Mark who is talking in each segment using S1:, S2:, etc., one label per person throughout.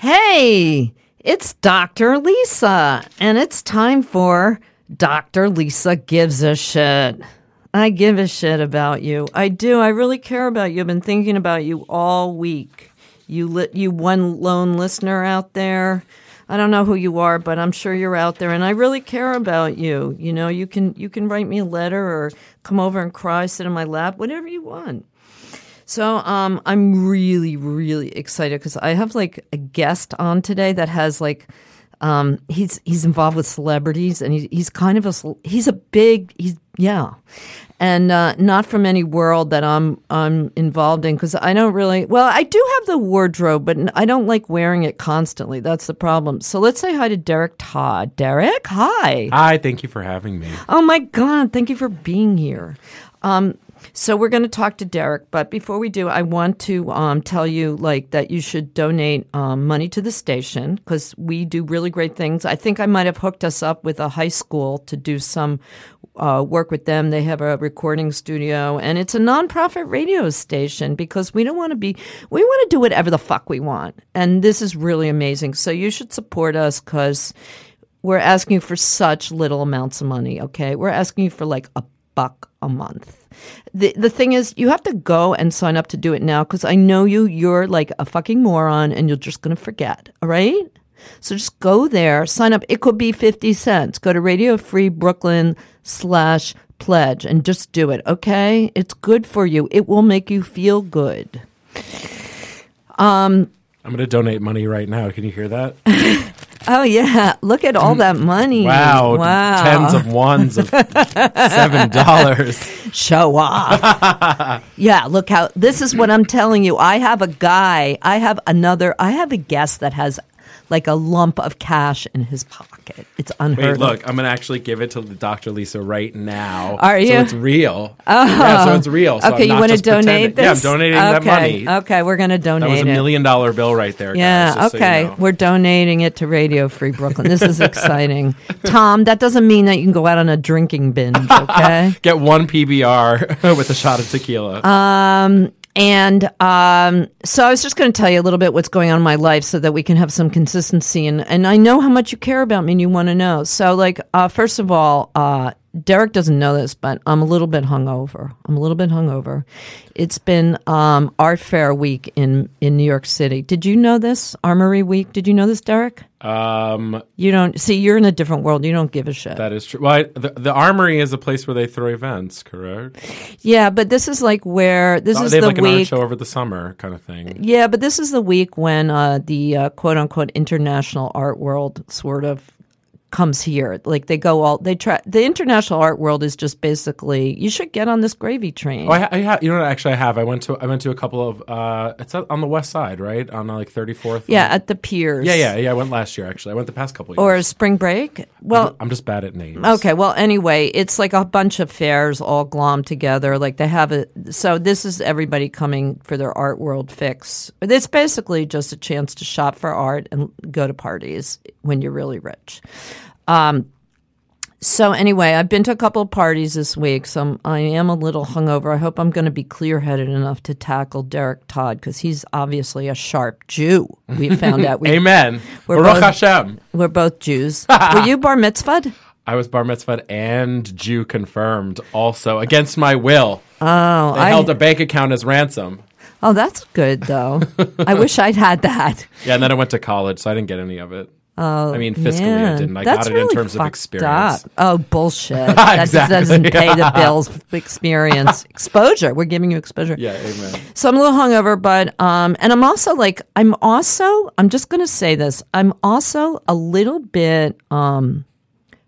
S1: Hi, it's Dr. Lisa, and it's time for Dr. Lisa Gives a Shit. I give a shit about you. I do. I really care about you. I've been thinking about you all week. You li- you one lone listener out there. I don't know who you are, but I'm sure you're out there and I really care about you. You know, you can you can write me a letter or come over and cry, sit in my lap, whatever you want. So um, I'm really, really excited because I have like a guest on today that has like um, he's he's involved with celebrities and he's he's kind of a cel- he's a big he's yeah, and uh, not from any world that I'm I'm involved in because I don't really well I do have the wardrobe but n- I don't like wearing it constantly that's the problem. So let's say hi to Derek Todd. Derek, hi.
S2: Hi, thank you for having me.
S1: Oh my God, thank you for being here. Um, so we're going to talk to Derek, but before we do, I want to um, tell you like that you should donate um, money to the station because we do really great things. I think I might have hooked us up with a high school to do some uh, work with them. They have a recording studio, and it's a nonprofit radio station because we don't want to be we want to do whatever the fuck we want, and this is really amazing. So you should support us because we're asking for such little amounts of money, okay? We're asking you for like a buck a month. The the thing is, you have to go and sign up to do it now cuz I know you you're like a fucking moron and you're just going to forget, all right? So just go there, sign up. It could be 50 cents. Go to Radio Free Brooklyn slash pledge and just do it, okay? It's good for you. It will make you feel good.
S2: I'm going to donate money right now. Can you hear that?
S1: Oh, yeah. Look at all that money.
S2: Wow.
S1: Wow.
S2: Tens of ones of $7. dollars.
S1: show off. yeah, look how this is what I'm telling you. I have a guy, I have another, I have a guest that has like a lump of cash in his pocket. It's
S2: Wait,
S1: unheard
S2: look,
S1: of.
S2: I'm going to actually give it to Dr. Lisa right now.
S1: Are you?
S2: So it's real. Oh. Yeah, so it's real. So
S1: okay,
S2: I'm
S1: you
S2: not
S1: want to
S2: just
S1: donate
S2: pretending. Yeah, I'm
S1: this?
S2: donating that
S1: okay.
S2: money.
S1: Okay, we're going to
S2: that
S1: donate
S2: was a
S1: it.
S2: million dollar bill right there.
S1: Yeah,
S2: guys, just so you
S1: okay.
S2: know.
S1: We're donating it to Radio Free Brooklyn. This is exciting. Tom, that doesn't mean that you can go out on a drinking binge, okay?
S2: Get one PBR with a shot of tequila.
S1: Uh, And um, so I was just going to tell you a little bit what's going on in my life so that we can have some consistency. And, and I know how much you care about me and you want to know. So, like, uh, first of all, uh, Derek doesn't know this, but I'm a little bit hungover. I'm a little bit hungover. It's been um, Art Fair week in, in New York City. Did you know this? Armory week. Did you know this, Derek?
S2: um,
S1: You don't see, you're in a different world. You don't give a shit.
S2: that is true. Well, I, the, the armory is a place where they throw events, correct?
S1: yeah, but this is like where this is
S2: they have
S1: the
S2: like an art
S1: week.
S2: show over the summer kind of thing.
S1: Yeah, but this is the week when uh, the uh, quote unquote international art world sort of comes here. Like they go all they try. The international art world is just basically you should get on this gravy train.
S2: Oh, I, ha- I ha- you know what? Actually, I have. I went to I went to a couple of. Uh, it's on the west side, right? On uh, like thirty fourth.
S1: yeah, at the piers.
S2: yeah, yeah, yeah. I went last year. Actually, I went the past couple. Of
S1: Or
S2: years.
S1: spring break. Well,
S2: I'm just bad at names.
S1: Okay, well, anyway, it's like a bunch of fairs all glommed together. Like they have a so this is everybody coming for their art world fix. It's basically just a chance to shop for art and go to parties when you're really rich. Um, so anyway, I've been to a couple of parties this week, so I'm, I am a little hungover. I hope I'm going to be clear-headed enough to tackle Derek Todd because he's obviously a sharp Jew. We found out we
S2: Amen.
S1: We're
S2: Baruch
S1: both-
S2: Hashem.
S1: we're both Jews. Were you bar mitzvahed?
S2: I was bar mitzvahed and Jew confirmed, also against my will.
S1: Oh,
S2: They
S1: I
S2: held a bank account as ransom.
S1: Oh, that's good though. I wish I'd had that.
S2: Yeah, and then I went to college, so I didn't get any of it. Oh, I mean, fiscally, I
S1: Man,
S2: didn't. I
S1: that's
S2: got it
S1: really
S2: in terms of
S1: fucked
S2: experience.
S1: up. Oh, bullshit. That just doesn't pay the bills. for Experience, exposure. We're giving you exposure.
S2: Yeah, amen.
S1: So I'm a little hungover, but um, and I'm also like, I'm also, I'm just gonna say this. I'm also a little bit um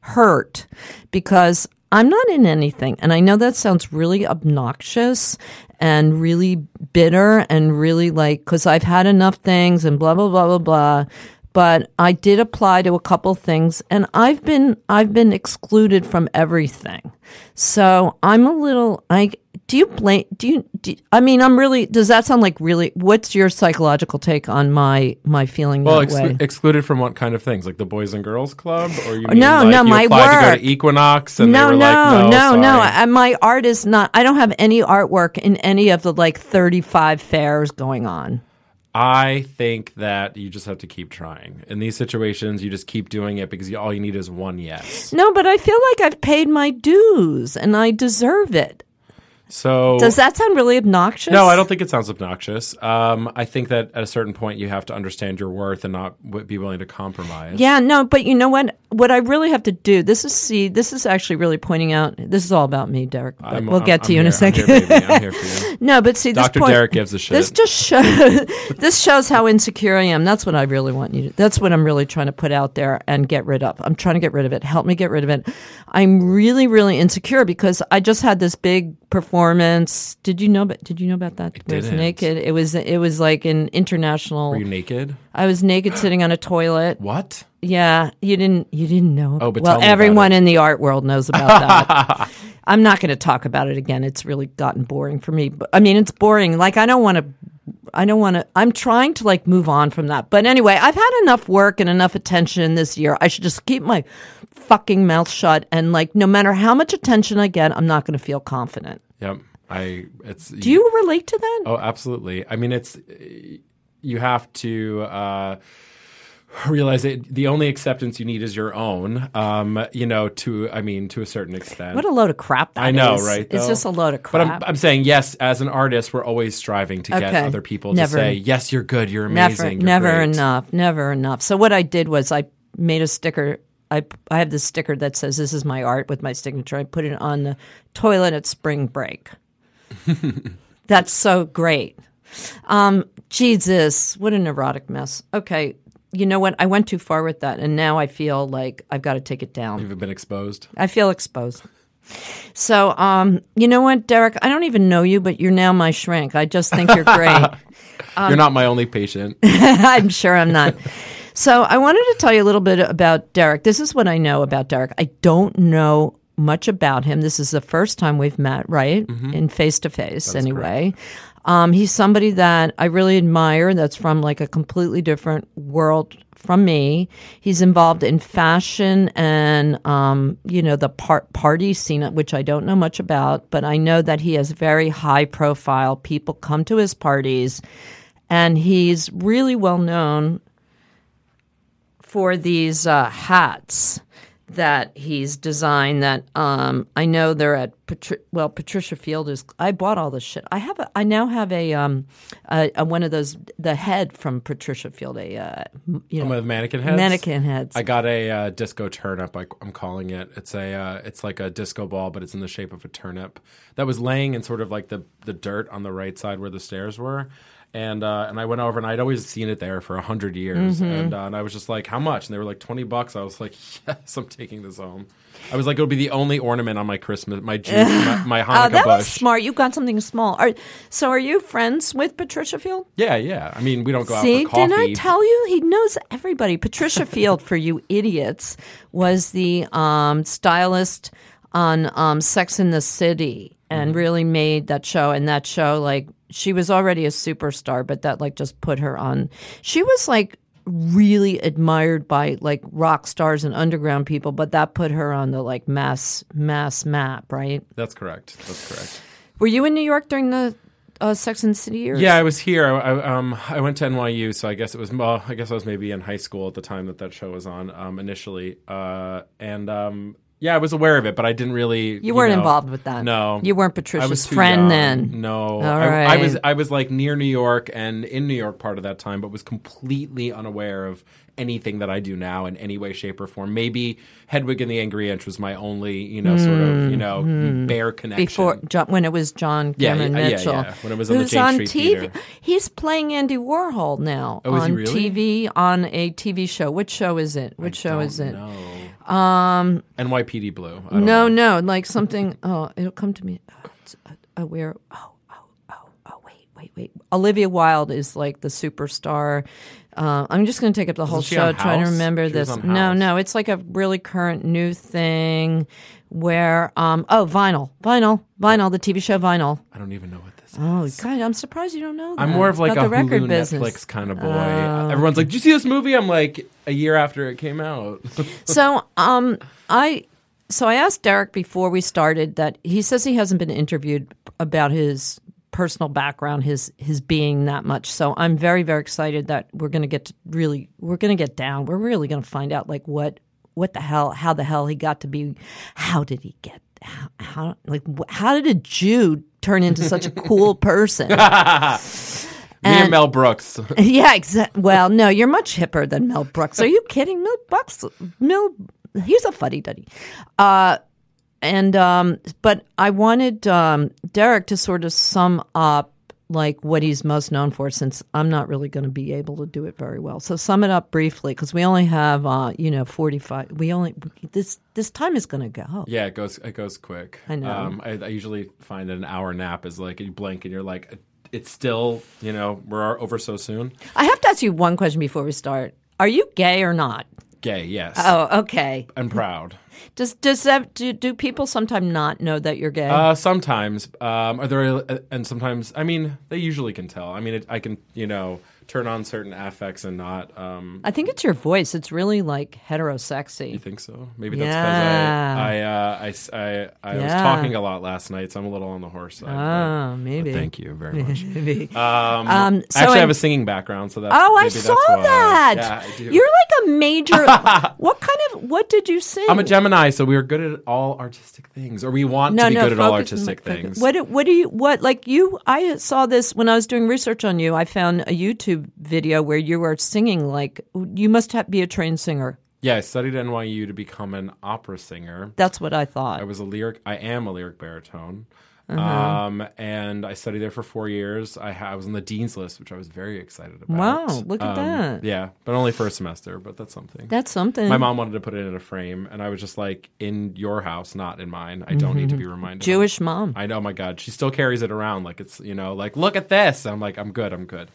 S1: hurt because I'm not in anything, and I know that sounds really obnoxious and really bitter and really like because I've had enough things and blah blah blah blah blah. But I did apply to a couple things, and I've been I've been excluded from everything. So I'm a little I do you blame do you do, I mean I'm really does that sound like really what's your psychological take on my my feeling
S2: Well,
S1: that way?
S2: exclu- excluded from what kind of things? Like the Boys and Girls Club, or you? Mean
S1: No,
S2: like
S1: no,
S2: you
S1: my
S2: applied to go
S1: work.
S2: to Equinox, and they were like,
S1: no,
S2: sorry.
S1: no. I, my art is not. I don't have any artwork in any of the like thirty-five fairs going on.
S2: I think that you just have to keep trying. In these situations, you just keep doing it because you, all you need is one yes.
S1: No, but I feel like I've paid my dues and I deserve it.
S2: So
S1: Does that sound really obnoxious?
S2: No, I don't think it sounds obnoxious. Um, I think that at a certain point, you have to understand your worth and not w- be willing to compromise.
S1: Yeah, no, but you know what? What I really have to do, this is see, this is actually really pointing out, this is all about me, Derek, but
S2: I'm-
S1: we'll
S2: I'm-
S1: get to
S2: I'm
S1: you in a
S2: here. I'm here,
S1: second.
S2: baby. I'm here for you.
S1: No, but see, this
S2: Dr.
S1: point,
S2: Derek gives a shit.
S1: This just shows. this shows how insecure I am. That's what I really want you. to That's what I'm really trying to put out there and get rid of. I'm trying to get rid of it. Help me get rid of it. I'm really, really insecure because I just had this big performance. Did you know? But did you know about that? It was
S2: didn't.
S1: naked. It was. It was like an international.
S2: Are you naked?
S1: I was naked sitting on a toilet.
S2: What?
S1: Yeah, you didn't. You didn't know.
S2: Oh, but
S1: well,
S2: tell me about
S1: everyone in the art world knows about that. I'm not going to talk about it again. It's really gotten boring for me. But, I mean, it's boring. Like I don't want to. I don't want to. I'm trying to like move on from that. But anyway, I've had enough work and enough attention this year. I should just keep my fucking mouth shut and like no matter how much attention I get, I'm not going to feel confident.
S2: Yep. I. It's.
S1: Do you relate to that?
S2: Oh, absolutely. I mean, it's you have to uh, realize that the only acceptance you need is your own. Um, you know, to I mean, to a certain extent.
S1: What a load of crap that is.
S2: I know, right?
S1: It's
S2: though?
S1: just a load of
S2: But
S1: crap.
S2: I'm, I'm saying yes. As an artist, we're always striving to get
S1: Okay.
S2: other people
S1: Never.
S2: to say yes, you're good, you're amazing, you're
S1: never
S2: great."
S1: enough never enough so what i did was i made a sticker I, I have this sticker that says this is my art with my signature i put it on the toilet at spring break that's so great um, jesus what an erotic mess okay you know what i went too far with that and now i feel like i've got to take it down
S2: You've been exposed.
S1: I feel exposed. So, um, you know what, Derek? I don't even know you, but you're now my shrink. I just think you're great. Um,
S2: you're not my only patient.
S1: I'm sure I'm not. So I wanted to tell you a little bit about Derek. This is what I know about Derek. I don't know much about him. This is the first time we've met, right? In face to face, anyway. Um, he's somebody that I really admire that's from like a completely different world from me. He's involved in fashion and, um, you know, the par- party scene, which I don't know much about, but I know that he has very high profile. People come to his parties and he's really well known for these uh, hats that he's designed that um, I know they're at Patri- well Patricia Field is I bought all this shit I have a, I now have a, um, a, a one of those the head from Patricia Field a uh, m- you
S2: I'm
S1: know
S2: with mannequin heads.
S1: mannequin heads
S2: I got a uh, disco turnip. I, I'm calling it. It's a. Uh, it's like a disco ball, but it's in the shape of a turnip that was laying in sort of like the the dirt on the right side where the stairs were. And uh, and I went over and I'd always seen it there for a hundred years,
S1: Mm-hmm.
S2: and uh, and I was just like, how much? And they were like twenty bucks. I was like, yes, I'm taking this home. I was like, it'll be the only ornament on my Christmas, my Jew, my, my Hanukkah
S1: oh that
S2: bush.
S1: was smart you got something small are, so are you friends with Patricia Field
S2: Yeah, yeah. I mean, we don't go
S1: See,
S2: out for coffee.
S1: didn't I tell you? He knows everybody. Patricia Field, for you idiots, was the um, stylist on um, Sex in the City and
S2: Mm-hmm.
S1: really made that show. And that show, like, she was already a superstar, but that, like, just put her on. She was, like, really admired by like rock stars and underground people but that put her on the like mass mass map right
S2: That's correct. That's correct.
S1: were you in new york during the uh, sex and the city years
S2: Yeah, I was here. I, I, um, I went to NYU, so I guess it was. Well, I guess I was maybe in high school at the time that that show was on um, initially, uh, and um, yeah, I was aware of it, but I didn't really.
S1: you weren't involved with that
S2: No.
S1: you weren't
S2: I
S1: patricia's
S2: was too
S1: friend
S2: young.
S1: then
S2: No,
S1: All
S2: I, I
S1: right.
S2: was. I was like near New York and in New York part of that time, but was completely unaware of anything that I do now in any way, shape, or form. Maybe Hedwig and the Angry Inch was my only, you know, sort of, you know, bare connection
S1: Mm-hmm. before John, when it was John
S2: Yeah,
S1: Cameron
S2: yeah, yeah,
S1: Mitchell.
S2: yeah. When it was on the
S1: who's
S2: Jane
S1: on
S2: Street
S1: TV.
S2: Theater.
S1: He's playing Andy Warhol now
S2: Oh, is
S1: on
S2: he really?
S1: TV on a TV show. Which show is it? Which show is it?
S2: No. Um, NYPD Blue. I don't
S1: No, no, like something. Oh, it'll come to me. Oh, it's, uh, uh, where? Oh, oh, oh, oh. Wait, wait, wait. Olivia Wilde is like the superstar. Uh, I'm just going to take up the whole
S2: she
S1: show
S2: on
S1: trying to
S2: House?
S1: remember
S2: She was
S1: this.
S2: on
S1: No,
S2: House.
S1: no, it's like a really current new thing where um oh vinyl vinyl vinyl the tv show vinyl
S2: I don't even know what this is.
S1: Oh God, I'm surprised you don't know. That.
S2: I'm more of like
S1: About
S2: a
S1: the record
S2: Hulu
S1: business. Oh.
S2: Netflix kind of boy. Everyone's like, "Did you see this movie?" I'm like, a year after it came out.
S1: So, um, I so I asked Derek before we started that he says he hasn't been interviewed about his personal background, his his being that much. So I'm very very excited that we're going to get to really we're going to get down. We're really going to find out like what what the hell how the hell he got to be how did he get how, how like wh- how did a Jew turn into such a cool person?
S2: Me and
S1: And-
S2: Mel Brooks.
S1: yeah, exactly. Well, no, you're much hipper than Mel Brooks. Are you kidding? Mel Brooks, Mel, he's a fuddy duddy. Uh, and um, but I wanted um, Derek to sort of sum up like what he's most known for, since I'm not really going to be able to do it very well. So sum it up briefly, because we only have uh, you know 45. We only this this time is going to go.
S2: Yeah, it goes it goes quick. I
S1: know.
S2: Um, I, I usually find that an hour nap is like you blink and you're like, it's still you know we're over so soon.
S1: I have to ask you one question before we start. Are you gay or not?
S2: Gay, yes,
S1: Oh, okay.
S2: I'm proud.
S1: Does does that do, do people sometimes not know that you're gay?
S2: Uh, sometimes, um, are there, and sometimes, I mean, they usually can tell. I mean, it, I can, you know, turn on certain affects and not. Um,
S1: I think it's your voice. It's really like heterosexy.
S2: I think so. Maybe that's
S1: Yeah.
S2: because I, I, uh, I, I, I was
S1: Yeah.
S2: talking a lot last night, so I'm a little on the horse side. but-
S1: Oh, maybe.
S2: but thank you very much.
S1: Maybe.
S2: Um,
S1: Um, so
S2: I actually
S1: I-
S2: have a singing background, so that.
S1: oh, I
S2: maybe that's
S1: saw
S2: why.
S1: that.
S2: Yeah, I do.
S1: You're like a major. what kind of? What did you sing?
S2: I'm a Gemini, so we are good at all artistic things, or we want
S1: no,
S2: to be
S1: no,
S2: good at all
S1: focus on
S2: artistic
S1: my- focus.
S2: things.
S1: What? do- What do you? What like you? I saw this when I was doing research on you. I found a YouTube video where you were singing. Like you must have, be a trained singer.
S2: Yeah, I studied at NYU to become an opera singer.
S1: That's what I thought.
S2: I was a lyric. I am a lyric baritone.
S1: Uh-huh.
S2: Um, and I studied there for four years. I, ha- I was on the dean's list, which I was very excited about.
S1: Wow, look at
S2: Um,
S1: that.
S2: Yeah, but only for a semester. But that's something.
S1: That's something.
S2: My mom wanted to put it in a frame, and I was just like, "In your house, not in mine. I don't need to be reminded." of it."
S1: Jewish mom.
S2: I know. oh My God, she still carries it around like it's you know like look at this. I'm like I'm good. I'm good.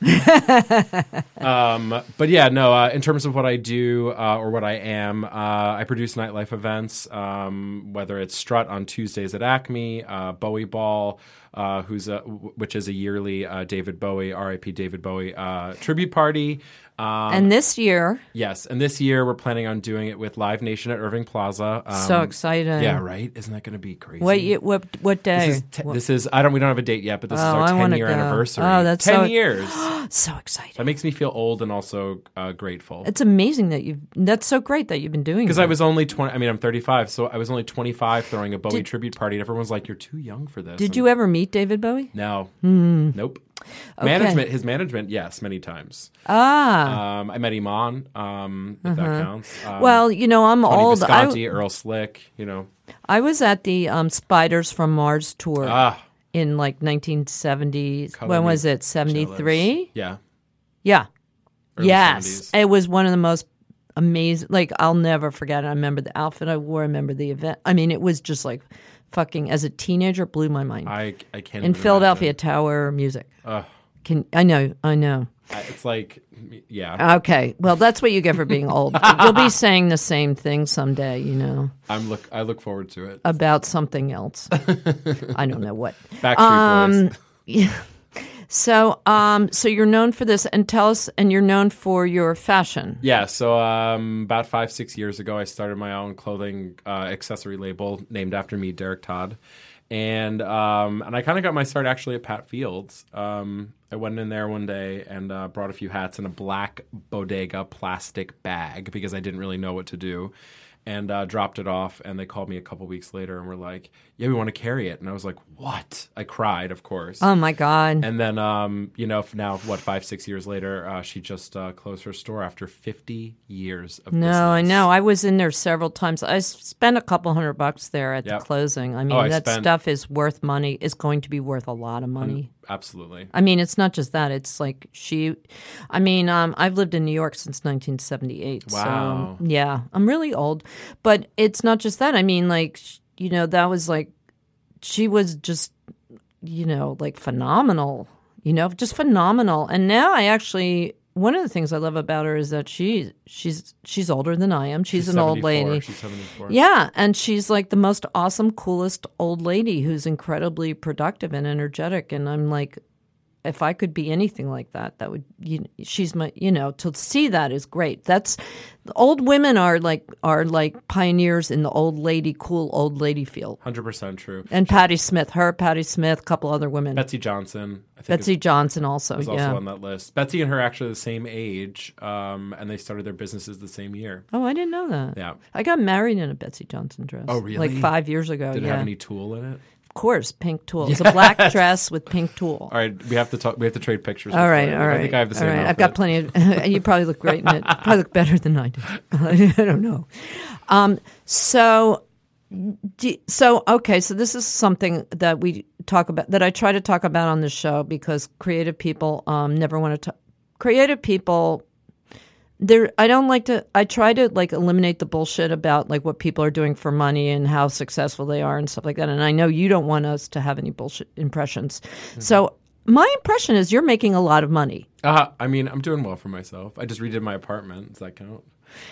S2: um, but yeah, no. Uh, in terms of what I do uh, or what I am, uh, I produce nightlife events. Um, whether it's Strut on Tuesdays at Acme, uh, Bowie Ball, uh, who's a, which is a yearly uh, David Bowie, R.I.P. David Bowie uh, tribute party. Um,
S1: and this year,
S2: yes, and this year we're planning on doing it with Live Nation at Irving Plaza. Um,
S1: so exciting.
S2: yeah, right. Isn't that going to be crazy?
S1: What? ye- What? What day?
S2: This is, te- this is I don't we don't have a date yet, but this is
S1: Oh,
S2: our
S1: I wanna
S2: ten year
S1: go.
S2: anniversary.
S1: Oh, that's
S2: ten
S1: so-
S2: years.
S1: so exciting.
S2: That makes me feel old and also uh, grateful
S1: It's amazing that you. That's so great that you've been doing.
S2: because
S1: that.
S2: I was only twenty. I mean, I'm 35, so I was only 25 throwing a Bowie
S1: Did-
S2: tribute party, and everyone's like, "You're too young for this."
S1: Did you e-, Hmm. ever meet David Bowie?
S2: No. Nope. Management. His management. Yes, many times.
S1: Ah, Uh-huh.
S2: Um, I met Iman. Um, if that counts. Um,
S1: well, you know, I'm
S2: Tony
S1: old. I,
S2: Visconti, Earl Slick. You know.
S1: I was at the um, Spiders from Mars tour
S2: Ah.
S1: in like 1970.
S2: Color
S1: When
S2: me
S1: was it? 73.
S2: Yeah.
S1: Yeah.
S2: Early
S1: yes,
S2: 70s.
S1: it was one of the most amazing. Like I'll never forget. it. I remember the outfit I wore. I remember the event. I mean, it was just like fucking. As a teenager, blew my mind.
S2: I I can't.
S1: in
S2: even
S1: Philadelphia Tower Music. Can I know? I know.
S2: imagine. I- It's like, yeah.
S1: Uh, Okay. Well, that's what you get for being old. You'll be saying the same thing someday, you know,
S2: I'm look. I look forward to it.
S1: about something else. I don't know what.
S2: Backstreet
S1: um,
S2: Boys.
S1: Yeah. So, um, so you're known for this, and tell us, and you're known for your fashion.
S2: Yeah. So um, about five six years ago, I started my own clothing uh, accessory label named after me, Derek Todd, and um, and I kind of got my start actually at Pat Fields. Um, I went in there one day and uh, brought a few hats in a black bodega plastic bag because I didn't really know what to do. And uh, dropped it off, and they called me a couple weeks later and were like, "Yeah, we want to carry it." And I was like, "What?" I cried, of course.
S1: Oh my God.
S2: And then, um, you know, f- now what? Five, six years later, uh, she just uh, closed her store after 50 years of business.
S1: No, I know. I was in there several times. I s- spent a couple hundred bucks there at
S2: Yep. Oh,
S1: the closing. I mean,
S2: I
S1: that
S2: spent-
S1: stuff is worth money. Is going to be worth a lot of money.
S2: Absolutely.
S1: I mean, it's not just that. It's like she, I mean, um, I've lived in New York since 1978.
S2: Wow.
S1: So, um, yeah, I'm really old. But it's not just that. I mean, like, sh- you know, that was like, she was just, you know, like phenomenal, you know, just phenomenal. And now I actually, one of the things I love about her is that she, she's, she's older than I am. She's, an old
S2: 74.
S1: lady.
S2: She's 74.
S1: Yeah, and she's like the most awesome, coolest old lady who's incredibly productive and energetic. And I'm like, if I could be anything like that, that would you, she's my you know to see that is great. That's old women are like are like pioneers in the old lady cool old lady field.
S2: Hundred percent true.
S1: And Patty Smith, her Patty Smith, a couple other women.
S2: Betsy Johnson, I think
S1: Betsy
S2: is,
S1: Johnson also,
S2: is also
S1: yeah.
S2: on that list. Betsy and her are actually the same age, um, and they started their businesses the same year.
S1: oh, I didn't know that.
S2: Yeah.
S1: I got married in a Betsy Johnson dress.
S2: Oh, really?
S1: Like five years ago.
S2: Did it
S1: yeah.
S2: have any tool in it?
S1: of course, pink tulle. It's a black dress with pink tulle.
S2: All right, we have to talk. We have to trade pictures.
S1: All right,
S2: after.
S1: all right.
S2: I think I have the same.
S1: All right. I've
S2: outfit.
S1: got plenty of, and you probably look great in it. Probably look better than I do. I don't know. Um, so, do, so okay. So this is something that we talk about that I try to talk about on the show because creative people um, never want to. T- creative people there i don't like to i try to like eliminate the bullshit about like what people are doing for money and how successful they are and stuff like that and i know you don't want us to have any bullshit impressions
S2: Mm-hmm.
S1: so my impression is you're making a lot of money
S2: Uh, I mean, I'm doing well for myself. I just redid my apartment. Does that count?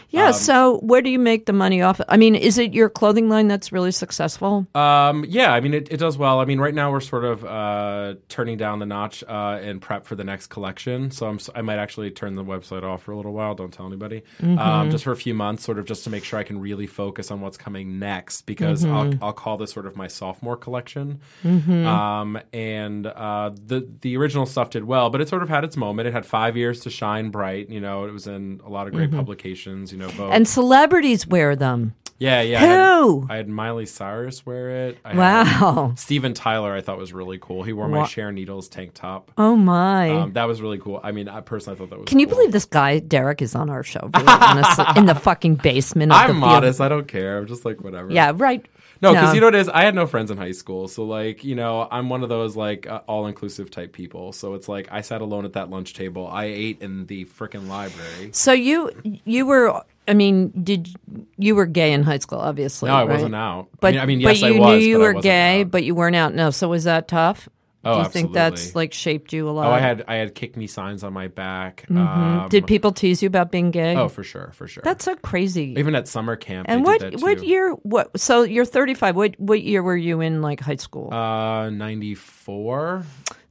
S1: yeah
S2: Um,
S1: so where do you make the money off i mean is it your clothing line that's really successful
S2: Um, yeah, I mean, it, it does well. I mean, right now we're sort of uh, turning down the notch uh, and prep for the next collection. So I'm, s- I might actually turn the website off for a little while. Don't tell anybody. Um,
S1: Mm-hmm.
S2: just for a few months, sort of just to make sure I can really focus on what's coming next because
S1: Mm-hmm.
S2: I'll, I'll call this sort of my sophomore collection. Um, and uh, the the original stuff did well, but it sort of had its moment. It had five years to shine bright. You know, it was in a lot of great publications. You know, Vogue.
S1: Mm-hmm. and celebrities wear them
S2: yeah, yeah. I had-
S1: Who?
S2: I had Miley Cyrus wear it. I had-
S1: wow
S2: Steven Tyler, I thought was really cool. He wore my
S1: Wha-
S2: Share Needles tank top.
S1: oh my
S2: Um, that was really cool. I mean, I personally thought that was.
S1: can you
S2: cool.
S1: believe this guy Derek is on our show? Really, honestly, in the fucking basement. Of the
S2: I'm
S1: field?
S2: modest. I don't care. I'm just like whatever.
S1: Yeah, right.
S2: No, because you know what it is. I had no friends in high school, so like you know, I'm one of those like uh, all inclusive type people. So it's like I sat alone at that lunch table. I ate in the freaking library.
S1: So you you were I mean did you were gay in high school obviously?
S2: No, I
S1: right?
S2: wasn't out.
S1: But
S2: I mean, I mean,
S1: but
S2: yes,
S1: you
S2: I was.
S1: knew you
S2: but I
S1: were
S2: wasn't
S1: gay,
S2: out.
S1: but you weren't out. No, so was that tough?
S2: Oh,
S1: Do you think that's
S2: absolutely.
S1: like shaped you a lot?
S2: Oh, I had I had kick me signs on my back.
S1: Mm-hmm.
S2: Um,
S1: Did people tease you about being gay?
S2: oh, for sure, for sure.
S1: that's so crazy.
S2: even at summer camp.
S1: and
S2: they
S1: what
S2: did that
S1: what
S2: too.
S1: year? What so you're 35. What what year were you in like high school?
S2: Uh, ninety four.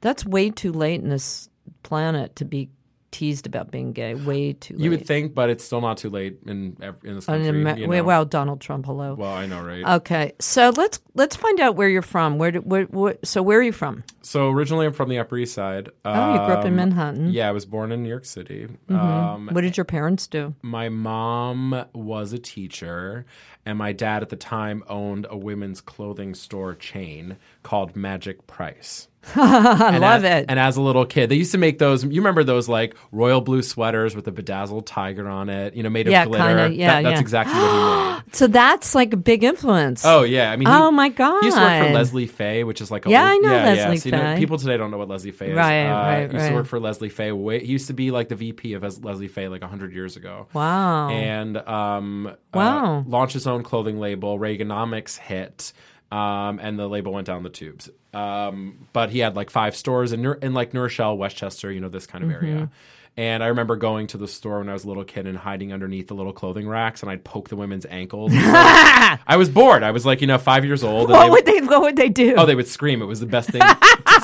S1: that's way too late in this planet to be teased about being gay. Way too late.
S2: You would think, but it's still not too late in ev- in this
S1: I
S2: country.
S1: mean,
S2: you
S1: wow,
S2: know?
S1: wow, Donald Trump. Hello.
S2: Well, I know, right?
S1: Okay, so let's let's find out where you're from. Where, do, where, where so where are you from?
S2: so originally, I'm from the Upper East Side.
S1: Oh, Mm-hmm. you grew up in
S2: Um,
S1: Manhattan.
S2: Yeah, I was born in New York City. Um,
S1: What did your parents do?
S2: my mom was a teacher, and my dad at the time owned a women's clothing store chain called Magic Price.
S1: I
S2: And
S1: love
S2: as-
S1: it.
S2: And as a little kid, they used to make those. You remember those like royal blue sweaters with a bedazzled tiger on it, you know, made of
S1: Yeah,
S2: glitter.
S1: kinda,
S2: That-
S1: yeah,
S2: that's
S1: yeah.
S2: exactly what he made.
S1: so that's like a big influence.
S2: Oh yeah, I mean, he-
S1: Oh, my
S2: He used to work
S1: God.
S2: for Leslie Fay, which is like a
S1: Yeah,
S2: old-
S1: I know Leslie
S2: So, you know,
S1: Fay.
S2: people today don't know what Leslie Fay is.
S1: Right,
S2: uh,
S1: right,
S2: Used
S1: right.
S2: to work for Leslie Fay. Way, he used to be like the VP of Es- Leslie Fay like hundred years ago.
S1: wow.
S2: And um, uh,
S1: Wow.
S2: launched his own clothing label. Reaganomics hit, um, and the label went down the tubes. Um, but he had like five stores in Neur- in like New Rochelle, Westchester, you know, this kind of
S1: Mm-hmm.
S2: area. And I remember going to the store when I was a little kid and hiding underneath the little clothing racks, and I'd poke the women's ankles. I was bored. I was like, you know, five years old. And
S1: what
S2: they-
S1: would they What would they do?
S2: oh, they would scream. It was the best thing.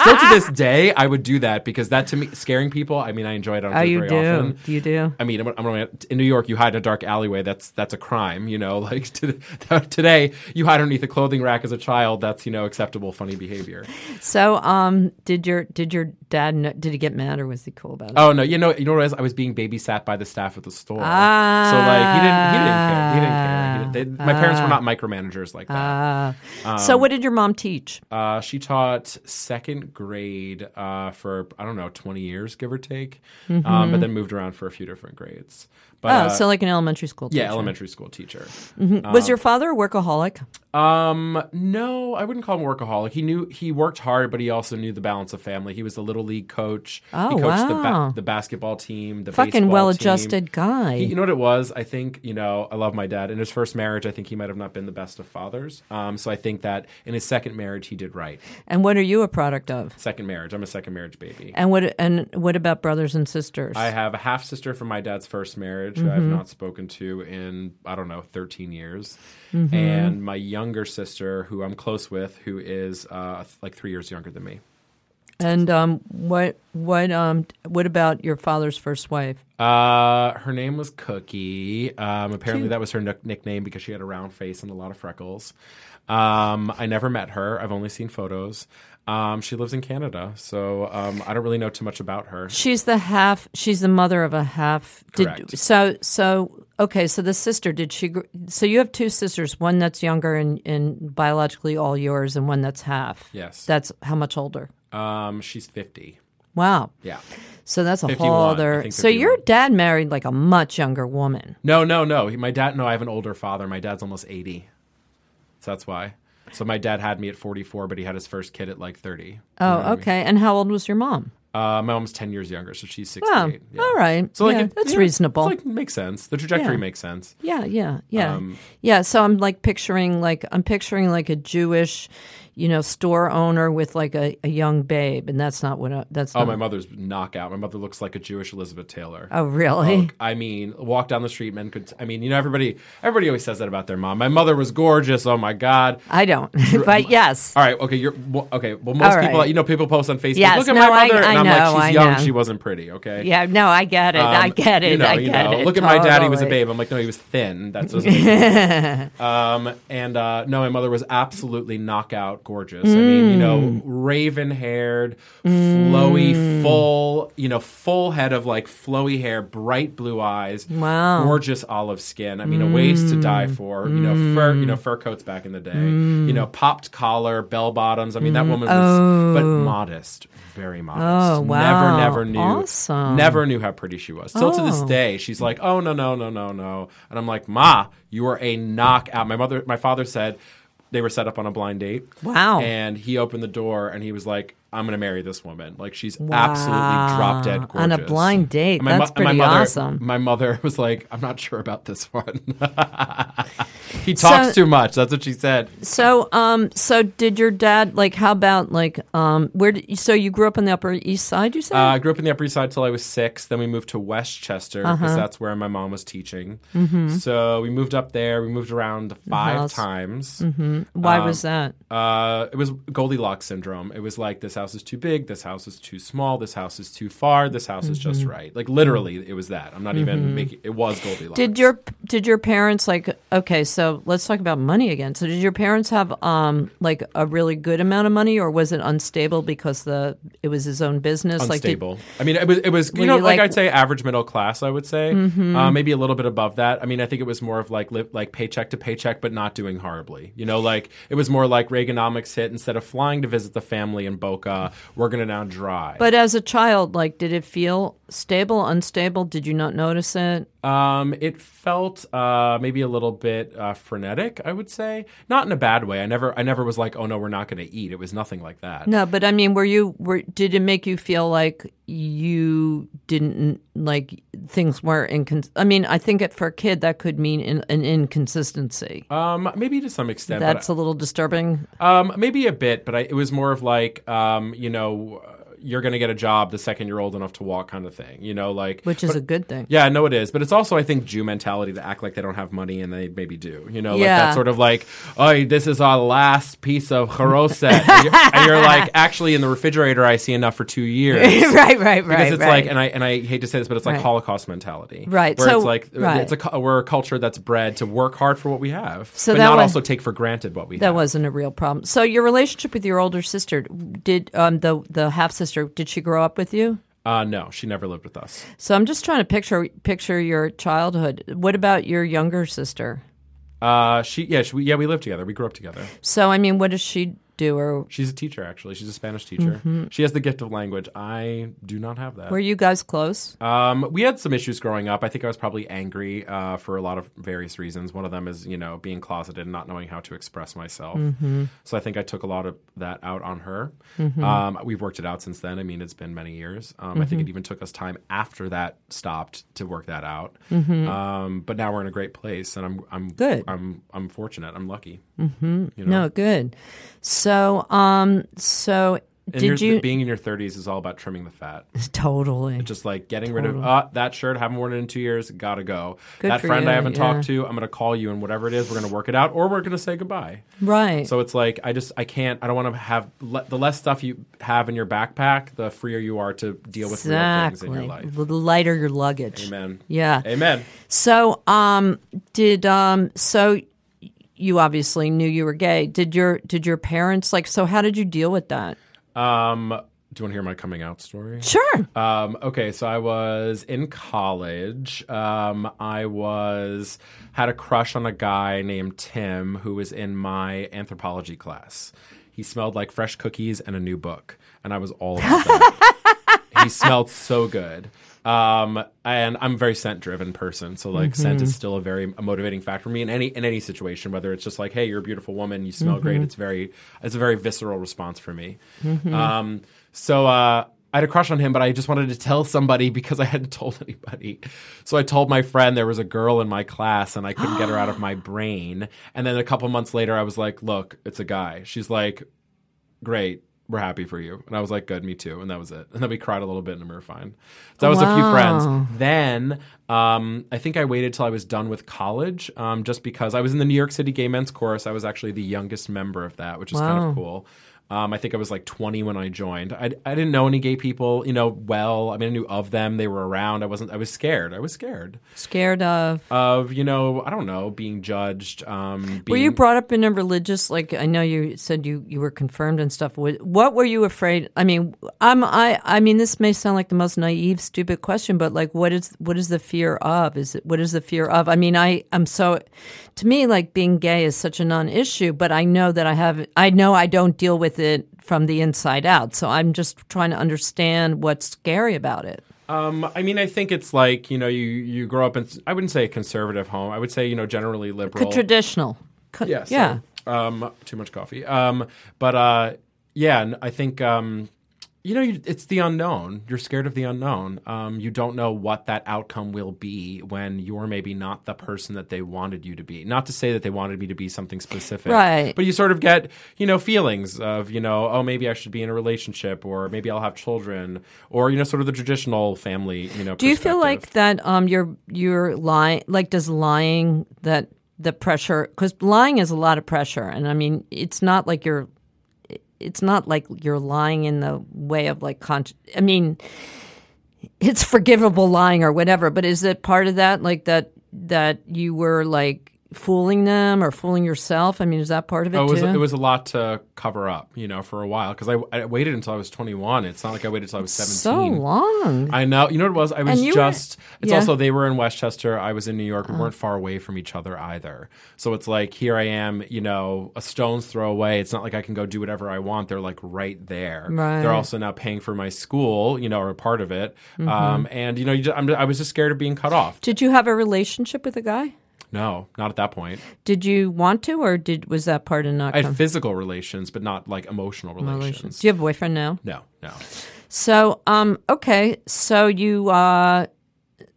S2: Still to this day, I would do that because that to me, scaring people. I mean, I enjoy it. I don't
S1: oh,
S2: do it
S1: you
S2: very
S1: do.
S2: often.
S1: You do.
S2: I mean, I'm, I'm, in New York, you hide in a dark alleyway. That's that's a crime, you know. Like to, today, you hide underneath a clothing rack as a child. That's you know acceptable, funny behavior.
S1: So, um, did your did your dad know, did he get mad or was he cool about it?
S2: Oh no, you know, you know what? It is? I was being babysat by the staff at the store. so like he didn't, he didn't care. He didn't care. He didn't- they- my parents were not micromanagers like that.
S1: Ah.
S2: Um,
S1: so, what did your mom teach?
S2: Uh, she taught second grade uh, for I don't know twenty years, give or take, um, but then moved around for a few different grades. But
S1: Mm-hmm. Oh,
S2: uh,
S1: so like an elementary school teacher.
S2: yeah, um, elementary school teacher.
S1: was your father a workaholic?
S2: Um, no, I wouldn't call him workaholic. He knew he worked hard, but he also knew the balance of family. He was the little league coach.
S1: Oh,
S2: he coached the,
S1: wow.
S2: ba- the basketball team, the
S1: Fucking
S2: baseball
S1: well-adjusted
S2: team.
S1: guy.
S2: He- you know what it was? I think you know. I love my dad. In his first marriage, I think he might have not been the best of fathers. Um, so I think that in his second marriage, he did right.
S1: and what are you a product of?
S2: Second marriage, I'm a second marriage baby.
S1: And what and what about brothers and sisters?
S2: I have a half sister from my dad's first marriage who I've
S1: Mm-hmm.
S2: not spoken to in, I don't know, 13 years.
S1: Mm-hmm.
S2: And my younger sister, who I'm close with, who is uh, th- like three years younger than me.
S1: And um, what what um, what about your father's first wife?
S2: Uh, her name was Cookie. Um, apparently, that was her nick- nickname because she had a round face and a lot of freckles. Um, I never met her. I've only seen photos. Um, she lives in Canada, so um, I don't really know too much about her.
S1: She's the half. She's the mother of a half. Did,
S2: Correct.
S1: So so okay. So the sister did she? gr- So you have two sisters. One that's younger and, and biologically all yours, and one that's half.
S2: Yes.
S1: That's how much older.
S2: Um, she's fifty.
S1: Wow.
S2: Yeah.
S1: So that's a
S2: 51,
S1: whole
S2: I
S1: other.
S2: think
S1: So your
S2: 51.
S1: dad married like a much younger woman.
S2: No, no, no. He- My dad. No, I have an older father. My dad's almost eighty, so that's why. So my dad had me at forty-four, but he had his first kid at like thirty.
S1: Oh, okay. And how old was your mom?
S2: Uh, my mom's ten years younger, so she's
S1: Oh,
S2: sixty-eight. Yeah.
S1: all right.
S2: So like
S1: yeah,
S2: it-
S1: that's
S2: yeah,
S1: reasonable.
S2: It's like Um, makes sense. The trajectory
S1: Yeah.
S2: makes sense.
S1: Yeah, yeah, yeah, yeah. So I'm like picturing like I'm picturing like a Jewish, you know, store owner with like a, a young babe, and that's not what I, that's.
S2: Oh,
S1: not,
S2: my mother's knockout. My mother looks like a Jewish Elizabeth Taylor.
S1: Oh, really?
S2: Look, I mean, walk down the street, men could. I mean, you know, everybody, everybody always says that about their mom. My mother was gorgeous. Oh my god.
S1: I don't, but yes.
S2: All right, okay, you're well, okay. Well, most
S1: All
S2: people,
S1: right.
S2: you know, people post on Facebook.
S1: Yes,
S2: Look at
S1: no,
S2: my
S1: I-
S2: mother,
S1: I
S2: and I'm like,
S1: know,
S2: she's
S1: I
S2: young.
S1: know.
S2: She wasn't pretty. Okay.
S1: Yeah, no, I get it. I
S2: Um,
S1: get it.
S2: You know,
S1: I
S2: you
S1: get
S2: know.
S1: it.
S2: Look at my dad; he was a
S1: totally.
S2: babe. I'm like, no, he was thin. That's what it was. um, and uh, no, my mother was absolutely knockout gorgeous. I mean, you
S1: Mm.
S2: know, raven haired, flowy, full, you know, full head of like flowy hair, bright blue eyes,
S1: Wow. Mm.
S2: gorgeous olive skin. I mean, a waist to die for. You know, fur, you know, fur coats back in the day. You know, popped collar, bell bottoms. I mean, that woman was, but modest, very modest.
S1: Mm. Oh, wow.
S2: Never, never knew,
S1: Awesome.
S2: never never knew how pretty she was. Still to this
S1: Oh.
S2: day, she's like, "Oh no, no, no, no, no," and I'm like, "Ma, you are a knockout." My mother, my father said they were set up on a blind date.
S1: Wow.
S2: And he opened the door and he was like, "I'm going to marry this woman. Like she's absolutely drop dead
S1: On
S2: gorgeous."
S1: a blind date.
S2: And my mo-
S1: That's
S2: and my
S1: pretty
S2: mother-
S1: awesome.
S2: My mother was like, "I'm not sure about this one. he talks
S1: So-
S2: too much." That's what she said.
S1: So, um, so did your dad like? How about like, um, where? Did, so you grew up on the Upper East Side, you said?
S2: Uh, I grew up in the Upper East Side till I was six. Then we moved to Westchester because
S1: Uh-huh.
S2: that's where my mom was teaching. So we moved up there. We moved around
S1: Mm-hmm.
S2: five
S1: house. Mm-hmm.
S2: times.
S1: Why
S2: um,
S1: was that?
S2: Uh, it was Goldilocks syndrome. It was like this house is too big, this house is too small, this house is too far, this house is
S1: Mm-hmm.
S2: just right. Like literally, it was that. I'm not even making. It was Goldilocks.
S1: Did your did your parents like okay, so let's talk about money again. So did your parents have um like a really good amount of money or was it unstable because the it was his own business?
S2: unstable. I mean, it was it was you
S1: Were
S2: know
S1: you,
S2: like,
S1: like- Mm-hmm.
S2: I'd say average middle class. I would say uh, maybe a little bit above that. I mean, I think it was more of like li- like paycheck to paycheck, but not doing horribly. You know, like it was more like Reaganomics hit. Instead of flying to visit the family in Boca, we're gonna now drive.
S1: But as a child, like did it feel stable, unstable? Did you not notice it?
S2: Um, it felt uh, maybe a little bit uh, frenetic. I would say not in a bad way. I never I never was like, oh no, we're not gonna eat. It was nothing like that.
S1: No, but I mean, were you were did it make you feel like you didn't like things were incons I mean, I think it for a kid that could mean in, an inconsistency.
S2: Um, maybe to some extent. but
S1: That's a little disturbing.
S2: Um, maybe a bit, but I, it was more of like, um, you know, uh, you're going to get a job the second you're old enough to walk, kind of thing. You know, like
S1: Which is a good thing.
S2: yeah, I know it is, but it's also I think Jew mentality to act like they don't have money and they maybe do. You know, like
S1: Yeah.
S2: that sort of like, oh, this is our last piece of charoset, and, you're, and you're like, actually, in the refrigerator, I see enough for two years.
S1: right, right, right.
S2: Because it's
S1: right.
S2: like, and I and I hate to say this, but it's like
S1: Right.
S2: Holocaust mentality,
S1: Right,
S2: Where
S1: so-
S2: it's like
S1: right.
S2: it's a cu- we're a culture that's bred to work hard for what we have,
S1: So
S2: but
S1: that
S2: not
S1: was-
S2: also take for granted what we
S1: That
S2: have.
S1: wasn't a real problem. So your relationship with your older sister did um, the the half sister did she grow up with you?
S2: Uh, no, she never lived with us.
S1: So I'm just trying to picture picture your childhood. What about your younger sister?
S2: Uh, she yeah, she, we, yeah, we lived together. We grew up together.
S1: So I mean, what does she do? Or
S2: She's a teacher actually. She's a Spanish teacher. She has the gift of language. I do not have that.
S1: were you guys close?
S2: Um, we had some issues growing up. I think I was probably angry uh, for a lot of various reasons. One of them is you know being closeted and not knowing how to express myself.
S1: Mm-hmm.
S2: So I think I took a lot of that out on her. Um, we've worked it out since then. I mean, it's been many years. Um, I
S1: Mm-hmm.
S2: think it even took us time after that stopped to work that out. Um, but now we're in a great place, and I'm I'm
S1: Mm-hmm. Good. Mm-hmm.
S2: I'm I'm fortunate. I'm lucky.
S1: No, good. So um, so
S2: And
S1: Did
S2: your,
S1: you-
S2: being in your 30s is all about trimming the fat.
S1: Totally.
S2: Just like getting rid of uh, that shirt, haven't worn it in two years, gotta go.
S1: Good
S2: that
S1: for
S2: friend I
S1: you,
S2: haven't
S1: yeah.
S2: talked to, I'm gonna call you, and whatever it is, we're gonna work it out, or we're gonna say goodbye.
S1: right.
S2: So it's like I just I can't I don't want to have le- the less stuff you have in your backpack, the freer you are to deal with
S1: exactly.
S2: real things in your life.
S1: The lighter your luggage.
S2: Amen.
S1: Yeah.
S2: Amen.
S1: So, um, did um, so you obviously knew you were gay. Did your did your parents like? So, how did you deal with that?
S2: Um, do you want to hear my coming out story?
S1: Sure.
S2: Um, okay, so I was in college. Um, I was had a crush on a guy named Tim who was in my anthropology class. He smelled like fresh cookies and a new book, and I was all about that. he smelled so good. Um, and I'm a very scent driven person, so like scent is still a very a motivating factor for me in any in any situation. Whether it's just like, hey, you're a beautiful woman, you smell great. It's very it's a very visceral response for me. Um, so uh, I had a crush on him, but I just wanted to tell somebody because I hadn't told anybody. So I told my friend there was a girl in my class, and I couldn't get her out of my brain. And then a couple months later, I was like, look, it's a guy. She's like, great. We're happy for you. And I was like, good, me too. And that was it. And then we cried a little bit and then we were fine. So that was a few
S1: Wow.
S2: friends. Then um, I think I waited till I was done with college um, just because I was in the New York City Gay Men's Chorus. I was actually the youngest member of that, which is kind
S1: Wow.
S2: of cool. Um, I think I was like 20 when I joined. I, I didn't know any gay people, you know, well. I mean, I knew of them. They were around. I wasn't, I was scared. I was scared
S1: Scared of.
S2: of, you know, I don't know, being judged. Um, being,
S1: were you brought up in a religious? Like I know you said you, you were confirmed and stuff. Wa- What were you afraid? I mean, I'm I I mean this may sound like the most naive, stupid question, but like what is what is the fear of? Is it what is the fear of? I mean, I I'm so to me like being gay is such a non-issue, but I know that I have I know I don't deal with it from the inside out, so I'm just trying to understand what's scary about it.
S2: Um, I mean, I think it's like you know, you you grow up in I wouldn't say a conservative home. I would say you know, generally liberal.
S1: Traditional, Co-
S2: yeah, so,
S1: yeah.
S2: Um, too much coffee. Um, but uh, yeah, and I think um, you know, you, it's the unknown. You're scared of the unknown. Um, you don't know what that outcome will be when you're maybe not the person that they wanted you to be. Not to say that they wanted me to be something specific,
S1: Right.
S2: But you sort of get you know feelings of you know, oh, maybe I should be in a relationship, or maybe I'll have children, or you know, sort of the traditional family. You know,
S1: Do you feel
S2: perspective.
S1: like that um you're you're lying like does lying that the pressure cuz lying is a lot of pressure and I mean it's not like you're it's not like you're lying in the way of like con- I mean it's forgivable lying or whatever but is it part of that like that that you were like fooling them or fooling yourself I mean is that part of it
S2: Oh, it was,
S1: too
S2: it was a lot to cover up, you know, for a while because I, I waited until I was 21. It's not like I waited until I was 17.
S1: so long
S2: I know. You know what it was? I was
S1: And you were-
S2: just. it's
S1: yeah. Uh-huh.
S2: also they were in Westchester. I was in New York. We weren't far away from each other either. So it's like here I am, you know, a stone's throw away. It's not like I can go do whatever I want. They're like right there.
S1: Right. Mm-hmm.
S2: They're also now paying for my school, you know, or a part of it. Um, and you know, you just, I'm, I was just scared of being cut off.
S1: did you have a relationship with a guy
S2: No, not at that point.
S1: did you want to or did was that part of not
S2: I
S1: com-
S2: had physical relations, but not like emotional relations.
S1: Do you have a boyfriend now?
S2: No, no.
S1: So, um, okay. So you, uh,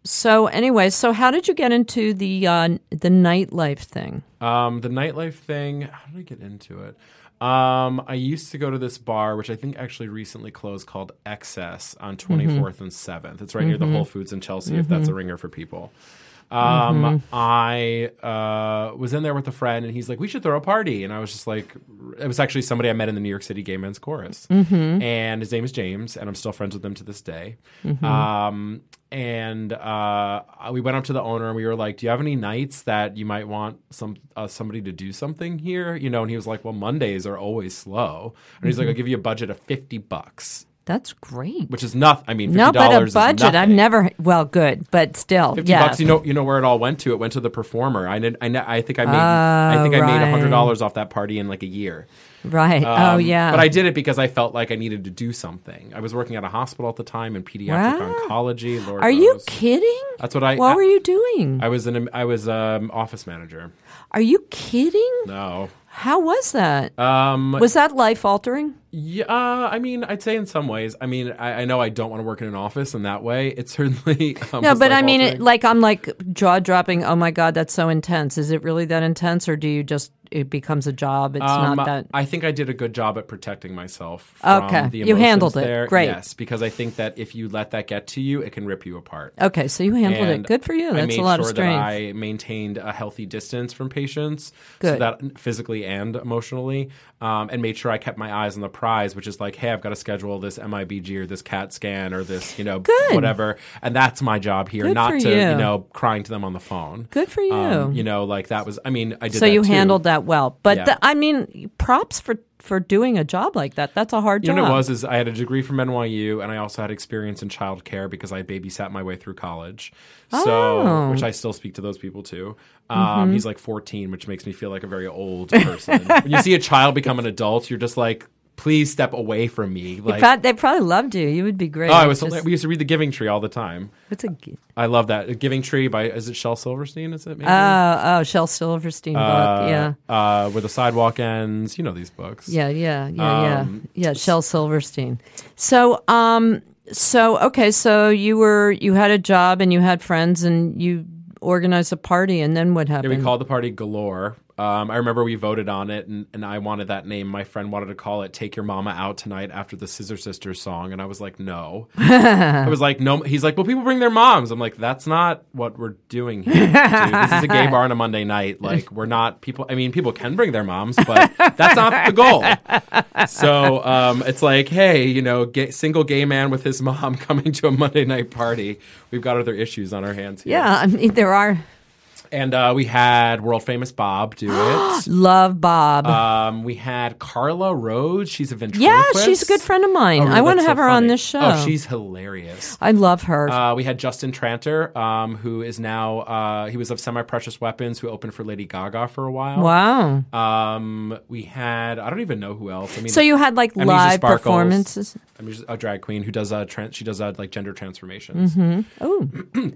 S1: so anyway, so how did you get into the uh, the nightlife thing?
S2: Um, the nightlife thing. How did I get into it? Um, I used to go to this bar, which I think actually recently closed, called Excess on 24th and 7th. It's right near the Whole Foods in Chelsea, if that's a ringer for people.
S1: Mm-hmm.
S2: Um, I uh, was in there with a friend, and he's like, "We should throw a party," and I was just like, "It was actually somebody I met in the New York City Gay Men's Chorus,
S1: Mm-hmm.
S2: and his name is James, and I'm still friends with him to this day."
S1: Mm-hmm.
S2: Um, and uh, we went up to the owner, and we were like, "Do you have any nights that you might want some uh, somebody to do something here?" You know, and he was like, "Well, Mondays are always slow," and he's
S1: Mm-hmm.
S2: like, "I'll give you a budget of fifty bucks."
S1: That's great.
S2: Which is nothing. I mean, $50
S1: No, but a
S2: is
S1: budget. I've
S2: nothing.
S1: never. Well, good, but still,
S2: 50
S1: yeah.
S2: bucks you know you know where it all went to it went to the performer i did, I, kn- I think i made i think i made
S1: Oh, right.
S2: $100 off that party in like a year
S1: right. oh
S2: Um,
S1: yeah.
S2: but i did it because i felt like i needed to do something i was working at a hospital at the time in pediatric
S1: Wow.
S2: oncology Lord
S1: Are you
S2: knows.
S1: kidding?
S2: that's what i
S1: what
S2: I,
S1: were you doing?
S2: I was an i was um office manager
S1: Are you kidding?
S2: no
S1: How was that?
S2: um
S1: was that life altering?
S2: Yeah, uh, I mean, I'd say in some ways. I mean, I, I know I don't want to work in an office, and that way, it certainly. Um,
S1: No,
S2: was
S1: but I mean,
S2: life-altering.
S1: it, like I'm like jaw dropping. Oh my god, that's so intense. Is it really that intense, or do you just it becomes a job. It's not that.
S2: Um, I think I did a good job at protecting myself. From
S1: Okay.
S2: the
S1: You handled
S2: emotions
S1: it.
S2: there.
S1: Great.
S2: Yes, because I think that if you let that get to you, it can rip you apart.
S1: Okay, so Oh, you handled
S2: And
S1: it. Good for you.
S2: I
S1: That's
S2: made
S1: a lot
S2: sure
S1: of strength.
S2: That I maintained a healthy distance from patients, so
S1: Good.
S2: that physically and emotionally, um, and made sure I kept my eyes on the prize, which is like, hey, I've got to schedule this MIBG or this CAT scan or this, you know, whatever, and that's my job here,
S1: Good
S2: not
S1: for
S2: to you.
S1: you.
S2: know crying to them on the phone.
S1: Good for you.
S2: Um, you know, like that was. I mean, I did.
S1: so
S2: that
S1: you
S2: too.
S1: handled that well. But
S2: Yeah.
S1: the, I mean, props for for doing a job like that. That's a hard
S2: You
S1: job.
S2: know what it was is I had a degree from NYU and I also had experience in childcare because I babysat my way through college. So
S1: Oh. Mm-hmm.
S2: which I still speak to those people too. Um, He's like 14, which makes me feel like a very old person. when you see a child become an adult, you're just like, please step away from me. Like,
S1: Pro- they probably loved you. You would be great.
S2: oh, I was.
S1: Just-
S2: we used to read The Giving Tree all the time.
S1: What's a g-
S2: I love that The Giving Tree by is it Shel Silverstein? Is it maybe?
S1: oh oh Shel Silverstein
S2: Uh,
S1: book? Yeah,
S2: uh, where the sidewalk ends. You know these books.
S1: yeah, yeah, yeah,
S2: um,
S1: yeah, yeah. Shel Silverstein. So um, so okay, so you were you had a job and you had friends and you organized a party and then what
S2: Yeah,
S1: happened?
S2: we called the party Galore. Um, I remember we voted on it, and, and I wanted that name. My friend wanted to call it "Take Your Mama Out Tonight" after the Scissor Sisters song, and I was like, "No." I was like, "No." He's like, "Well, people bring their moms." I'm like, "That's not what we're doing here. Dude. This is a gay bar on a Monday night. Like, we're not people. I mean, people can bring their moms, but that's not the goal." So um, it's like, hey, you know, gay, single gay man with his mom coming to a Monday night party. We've got other issues on our hands here.
S1: yeah, I mean there are
S2: And uh, we had world famous Bob do it.
S1: love Bob.
S2: um, we had Carla Rhodes. She's a
S1: yeah,
S2: ventriloquist.
S1: she's a good friend of
S2: Oh,
S1: mine.
S2: really?
S1: I want to
S2: That's so
S1: have her on
S2: funny.
S1: this show.
S2: Oh, she's hilarious.
S1: I love her.
S2: Uh, we had Justin Tranter, um, who is now uh, he was of Semi Precious Weapons, who opened for Lady Gaga for a while.
S1: wow.
S2: Um, we had I don't even know who else. I mean,
S1: So you had like
S2: Amnesia
S1: live
S2: Sparkles.
S1: performances.
S2: I mean, she's a drag queen who does uh, trans, she does uh, like gender transformations.
S1: Oh,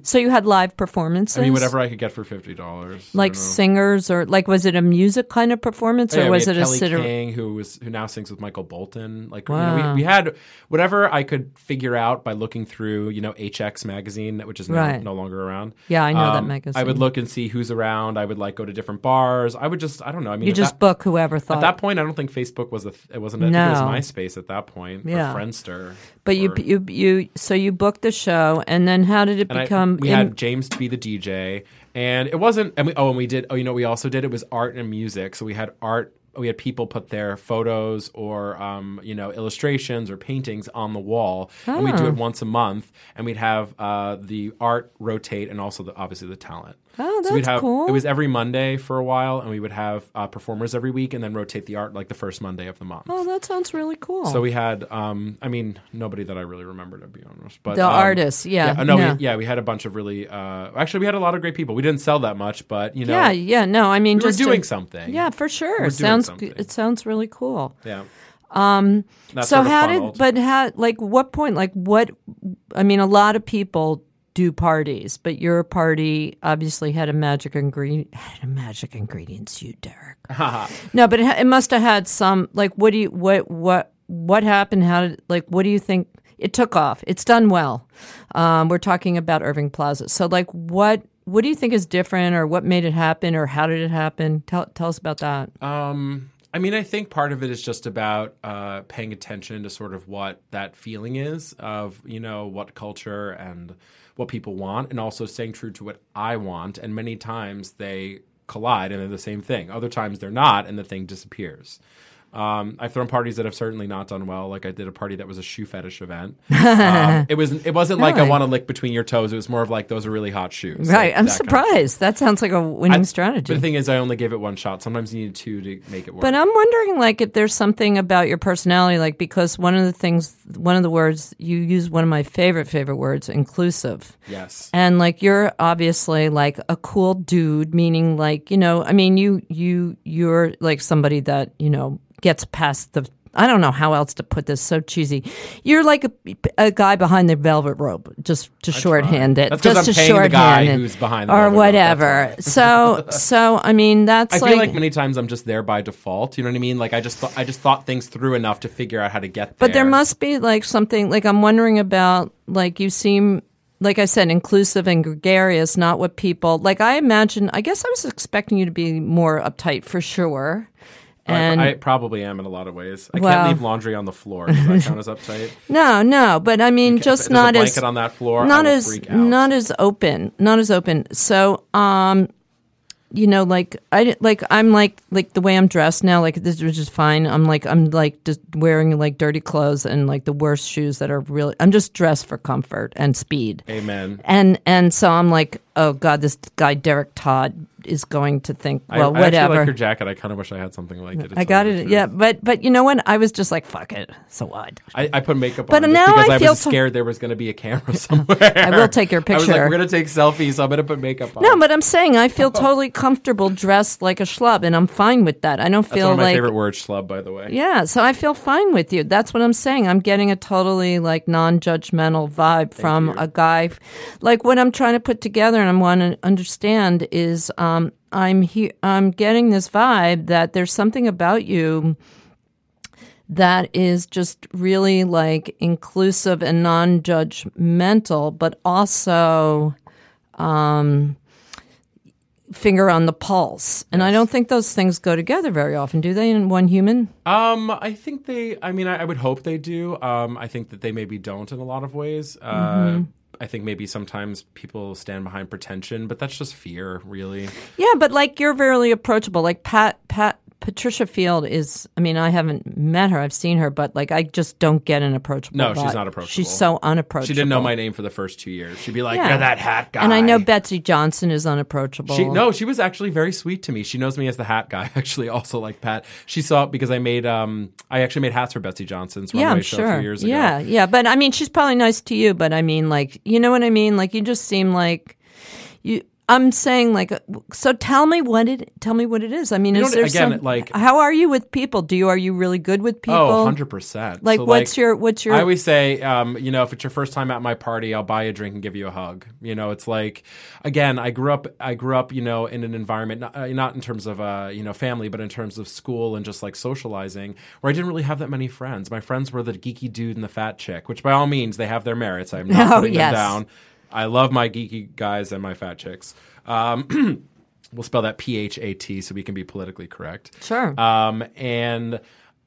S1: so you had live performances.
S2: I mean, whatever I could get for fifty dollars.
S1: Like singers, or like, was it a music kind of performance, or
S2: Oh, Yeah,
S1: was
S2: we
S1: it
S2: had
S1: a
S2: Kelly
S1: sit?
S2: King who was who now sings with Michael Bolton? Like you know,
S1: Wow.
S2: we, we had whatever I could figure out by looking through you know HX magazine, which is now
S1: Right.
S2: no longer around. Um,
S1: Yeah, I know that
S2: I would
S1: magazine.
S2: look and see who's around. I would like go to different bars. I would just I don't know. I mean,
S1: You
S2: at
S1: just
S2: that,
S1: book whoever
S2: at
S1: thought,
S2: that point, I don't think Facebook was a th- it wasn't. A, I
S1: No.
S2: think it was MySpace at that point.
S1: Yeah.
S2: or Friendster.
S1: but you,
S2: or-
S1: you, you. So you booked the show, and then how did it
S2: and I-
S1: become?
S2: we
S1: in-
S2: had James to be the DJ, and it wasn't. And we oh, and we did. Oh, you know, what we also did. It was art and music. So we had art. We had people put their photos or um, you know illustrations or paintings on the wall, and we'd do it once a month. And we'd have uh, the art rotate, and also the, obviously the talent.
S1: Oh,
S2: so we'd
S1: that's
S2: have,
S1: cool.
S2: It was every Monday for a while, and we would have uh, performers every week, and then rotate the art like the first Monday of the month.
S1: oh, that sounds really cool.
S2: So we had, um, I mean, nobody that I really remember to be honest, but
S1: The
S2: um,
S1: artists, yeah,
S2: no,
S1: no.
S2: We, yeah, we had a bunch of really. Uh, actually, we had a lot of great people. We didn't sell that much, but you know,
S1: yeah, yeah. No, I mean,
S2: we were
S1: just to-
S2: doing something.
S1: Yeah, for sure.
S2: doing
S1: sounds
S2: something.
S1: good. It sounds really cool.
S2: yeah. Um,
S1: so how did? But how? Like, what point? Like, what? I mean, a lot of people do parties, but your party obviously had a magic ingredient. Had a magic ingredients, you Derek. no, but it, ha- it must have had some. Like, what do you? What? What? What happened? How did? Like, what do you think? It took off. It's done well. Um, we're talking about Irving Plaza. So, like, what? What do you think is different, or what made it happen, or how did it happen? Tell tell us about that.
S2: Um, I mean, I think part of it is just about uh, paying attention to sort of what that feeling is of, you know, what culture and what people want, and also staying true to what I want. And many times they collide and they're the same thing. Other times they're not, and the thing disappears. Um, I've thrown parties that have certainly not done well. Like I did a party that was a shoe fetish event. Um, it was it wasn't like I
S1: Really?
S2: want to lick between your toes. It was more of like those are really hot shoes.
S1: Right.
S2: Like,
S1: I'm
S2: that kind of-
S1: surprised. That sounds like a winning
S2: But the
S1: strategy.
S2: thing is, I only gave it one shot. Sometimes you need two to make it work.
S1: But I'm wondering, like, if there's something about your personality, like, because one of the things, one of the words you use, one of my favorite, favorite words, inclusive.
S2: yes.
S1: And like you're obviously like a cool dude, meaning like you know, I mean you you you're like somebody that you know gets past the. I don't know how else to put this. So cheesy. You're like a, a guy behind the velvet rope, just to shorthand it,
S2: That's 'cause
S1: just
S2: I'm
S1: to
S2: paying the
S1: shorthand
S2: guy
S1: it,
S2: who's behind the
S1: or
S2: velvet rope,
S1: whatever. so, so I mean, that's
S2: I
S1: like,
S2: feel like many times I'm just there by default. You know what I mean? Like I just thought I just thought things through enough to figure out how to get there.
S1: But there must be like something like I'm wondering about like you seem like I said, inclusive and gregarious, not what people like. I imagine, I guess I was expecting you to be more uptight for sure. And
S2: I, I probably am in a lot of ways. I
S1: Well-
S2: can't leave laundry on the floor. Does that count as uptight?
S1: no, no, but I mean,
S2: if
S1: just
S2: there's
S1: not
S2: a
S1: as
S2: blanket on that floor, I
S1: not
S2: will
S1: as
S2: freak out.
S1: not as open, not as open. So, um, you know, like I di- like I'm like like the way I'm dressed now, like this is just fine. I'm like I'm like just wearing like dirty clothes and like the worst shoes that are really. I'm just dressed for comfort and speed.
S2: Amen.
S1: And and so I'm like, oh god, this guy Derek Todd is going to think,
S2: I-
S1: well,
S2: I,
S1: whatever.
S2: actually like your jacket. I kind of wish I had something like it. It's
S1: I got
S2: really
S1: it.
S2: true.
S1: Yeah, but but you know what? I was just like, fuck it. So what?
S2: I, I put makeup
S1: But
S2: on just
S1: now
S2: because
S1: I
S2: I,
S1: feel
S2: was
S1: fu-
S2: scared there was going to be a camera somewhere.
S1: I will take your
S2: I was like,
S1: picture.
S2: we're going to take selfies. So I'm going to put makeup on.
S1: No, but I'm saying I feel totally comfortable dressed like a schlub, and I'm fine with that. I don't
S2: That's
S1: feel
S2: one of my
S1: like
S2: favorite words, schlub, by the way.
S1: yeah. So I feel fine with you. That's what I'm saying. I'm getting a totally like non-judgmental vibe from a guy. Like what I'm trying to put together, and I want to understand is um, I'm he- I'm getting this vibe that there's something about you that is just really like inclusive and non-judgmental, but also um, finger on the pulse. And I don't think those things go together very often, do they? In one human,
S2: Um, I think they. I mean, I, I would hope they do. Um, I think that they maybe don't in a lot of ways. Uh,
S1: Mm-hmm.
S2: I think maybe sometimes people stand behind pretension, but that's just fear, really.
S1: yeah. But like you're very approachable. Like Pat, Pat. Patricia Field is, I mean, I haven't met her. I've seen her, but like, I just don't get an approachable.
S2: No, she's
S1: vibe.
S2: not approachable.
S1: She's so unapproachable.
S2: She didn't know my name for the first two years. She'd be like,
S1: Yeah.
S2: "You're that hat guy,"
S1: And I know Betsy Johnson is unapproachable.
S2: She, no, she was actually very sweet to me. She knows me as the hat guy, actually, also like Pat. She saw it because I made, um, I actually made hats for Betsy Johnson's runway
S1: yeah, I'm
S2: show
S1: sure.
S2: a few years ago.
S1: Yeah, yeah, but I mean, she's probably nice to you, but I mean, like, you know what I mean? Like, you just seem like you. I'm saying, like, uh, so tell me what it. Tell me what it is. I mean,
S2: You
S1: is
S2: know,
S1: there
S2: again,
S1: some,
S2: like-
S1: how are you with people? Do you are you really good with people?
S2: Oh, 100%.
S1: Like,
S2: So,
S1: what's your what's your?
S2: I always say, um, you know, if it's your first time at my party, I'll buy you a drink and give you a hug. You know, it's like, again, I grew up, I grew up, you know, in an environment, not, uh, not in terms of, uh, you know, family, but in terms of school and just like socializing, where I didn't really have that many friends. My friends were the geeky dude and the fat chick, which by all means, they have their merits. I'm not
S1: Oh,
S2: putting
S1: yes.
S2: them down. I love my geeky guys and my fat chicks. Um, we'll spell that P H A T so we can be politically correct.
S1: sure.
S2: Um, and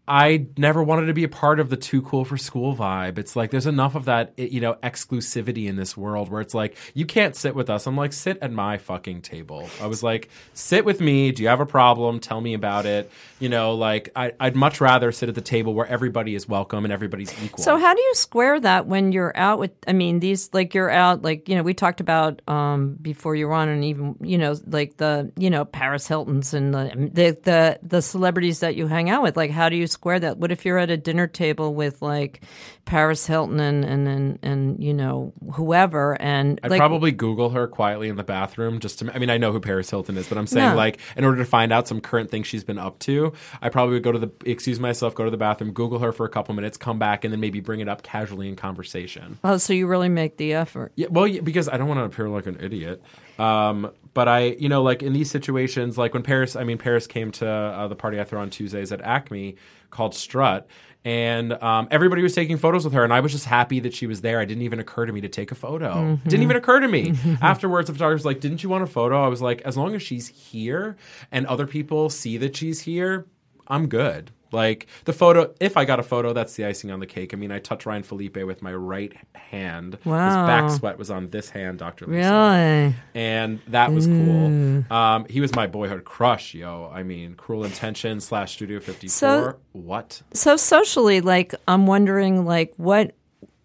S2: I never wanted to be a part of the too cool for school vibe. It's like there's enough of that, i- you know, exclusivity in this world where it's like you can't sit with us. I'm like, sit at my fucking table. I was like, sit with me. Do you have a problem? Tell me about it. You know, like I, I'd much rather sit at the table where everybody is welcome and everybody's equal.
S1: So how do you square that when you're out with? I mean, these like you're out like you know we talked about um, before you were on, and even you know like the you know Paris Hilton's and the, um, the the the celebrities that you hang out with. Like, how do you square that? What if you're at a dinner table with like Paris Hilton and and and, and you know whoever and
S2: I'd
S1: like
S2: probably Google her quietly in the bathroom just to. I mean, I know who Paris Hilton is, but I'm saying
S1: No.
S2: like in order to find out some current thing she's been up to, I probably would go to the excuse myself, go to the bathroom, Google her for a couple minutes, come back, and then maybe bring it up casually in conversation.
S1: oh, so you really make the effort.
S2: Yeah, well, yeah, because I don't want to appear like an idiot. Um, but I, you know, like in these situations, like when Paris, I mean, Paris came to uh, the party I throw on Tuesdays at Acme called Strut, and um, everybody was taking photos with her, and I was just happy that she was there. It didn't even occur to me to take a photo. It didn't even occur to me. Afterwards, the photographer was like, "Didn't you want a photo?" I was like, "As long as she's here and other people see that she's here, I'm good. Like the photo, if I got a photo, that's the icing on the cake. I mean, I touched Ryan Felipe with my right hand. His
S1: Wow.
S2: back sweat was on this hand, Dr. Lisa.
S1: Really?
S2: And that was
S1: Mm.
S2: cool. Um, he was my boyhood crush, yo. I mean, Cruel Intention slash Studio 54.
S1: So-
S2: what?
S1: so socially like i'm wondering like what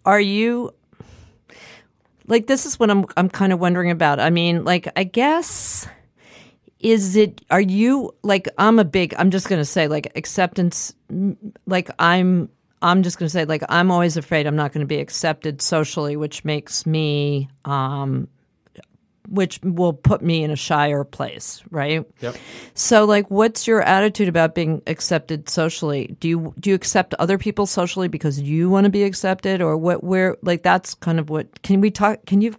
S1: are you like this is what i'm i'm kind of wondering about i mean like i guess is it are you like i'm a big i'm just going to say like acceptance mm, like i'm i'm just going to say like i'm always afraid i'm not going to be accepted socially which makes me um which will put me in a shyer place right
S2: Yep.
S1: so, like, what's your attitude about being accepted socially? Do you do you accept other people socially because you want to be accepted, or what? Where, like, that's kind of what. Can we talk? Can you?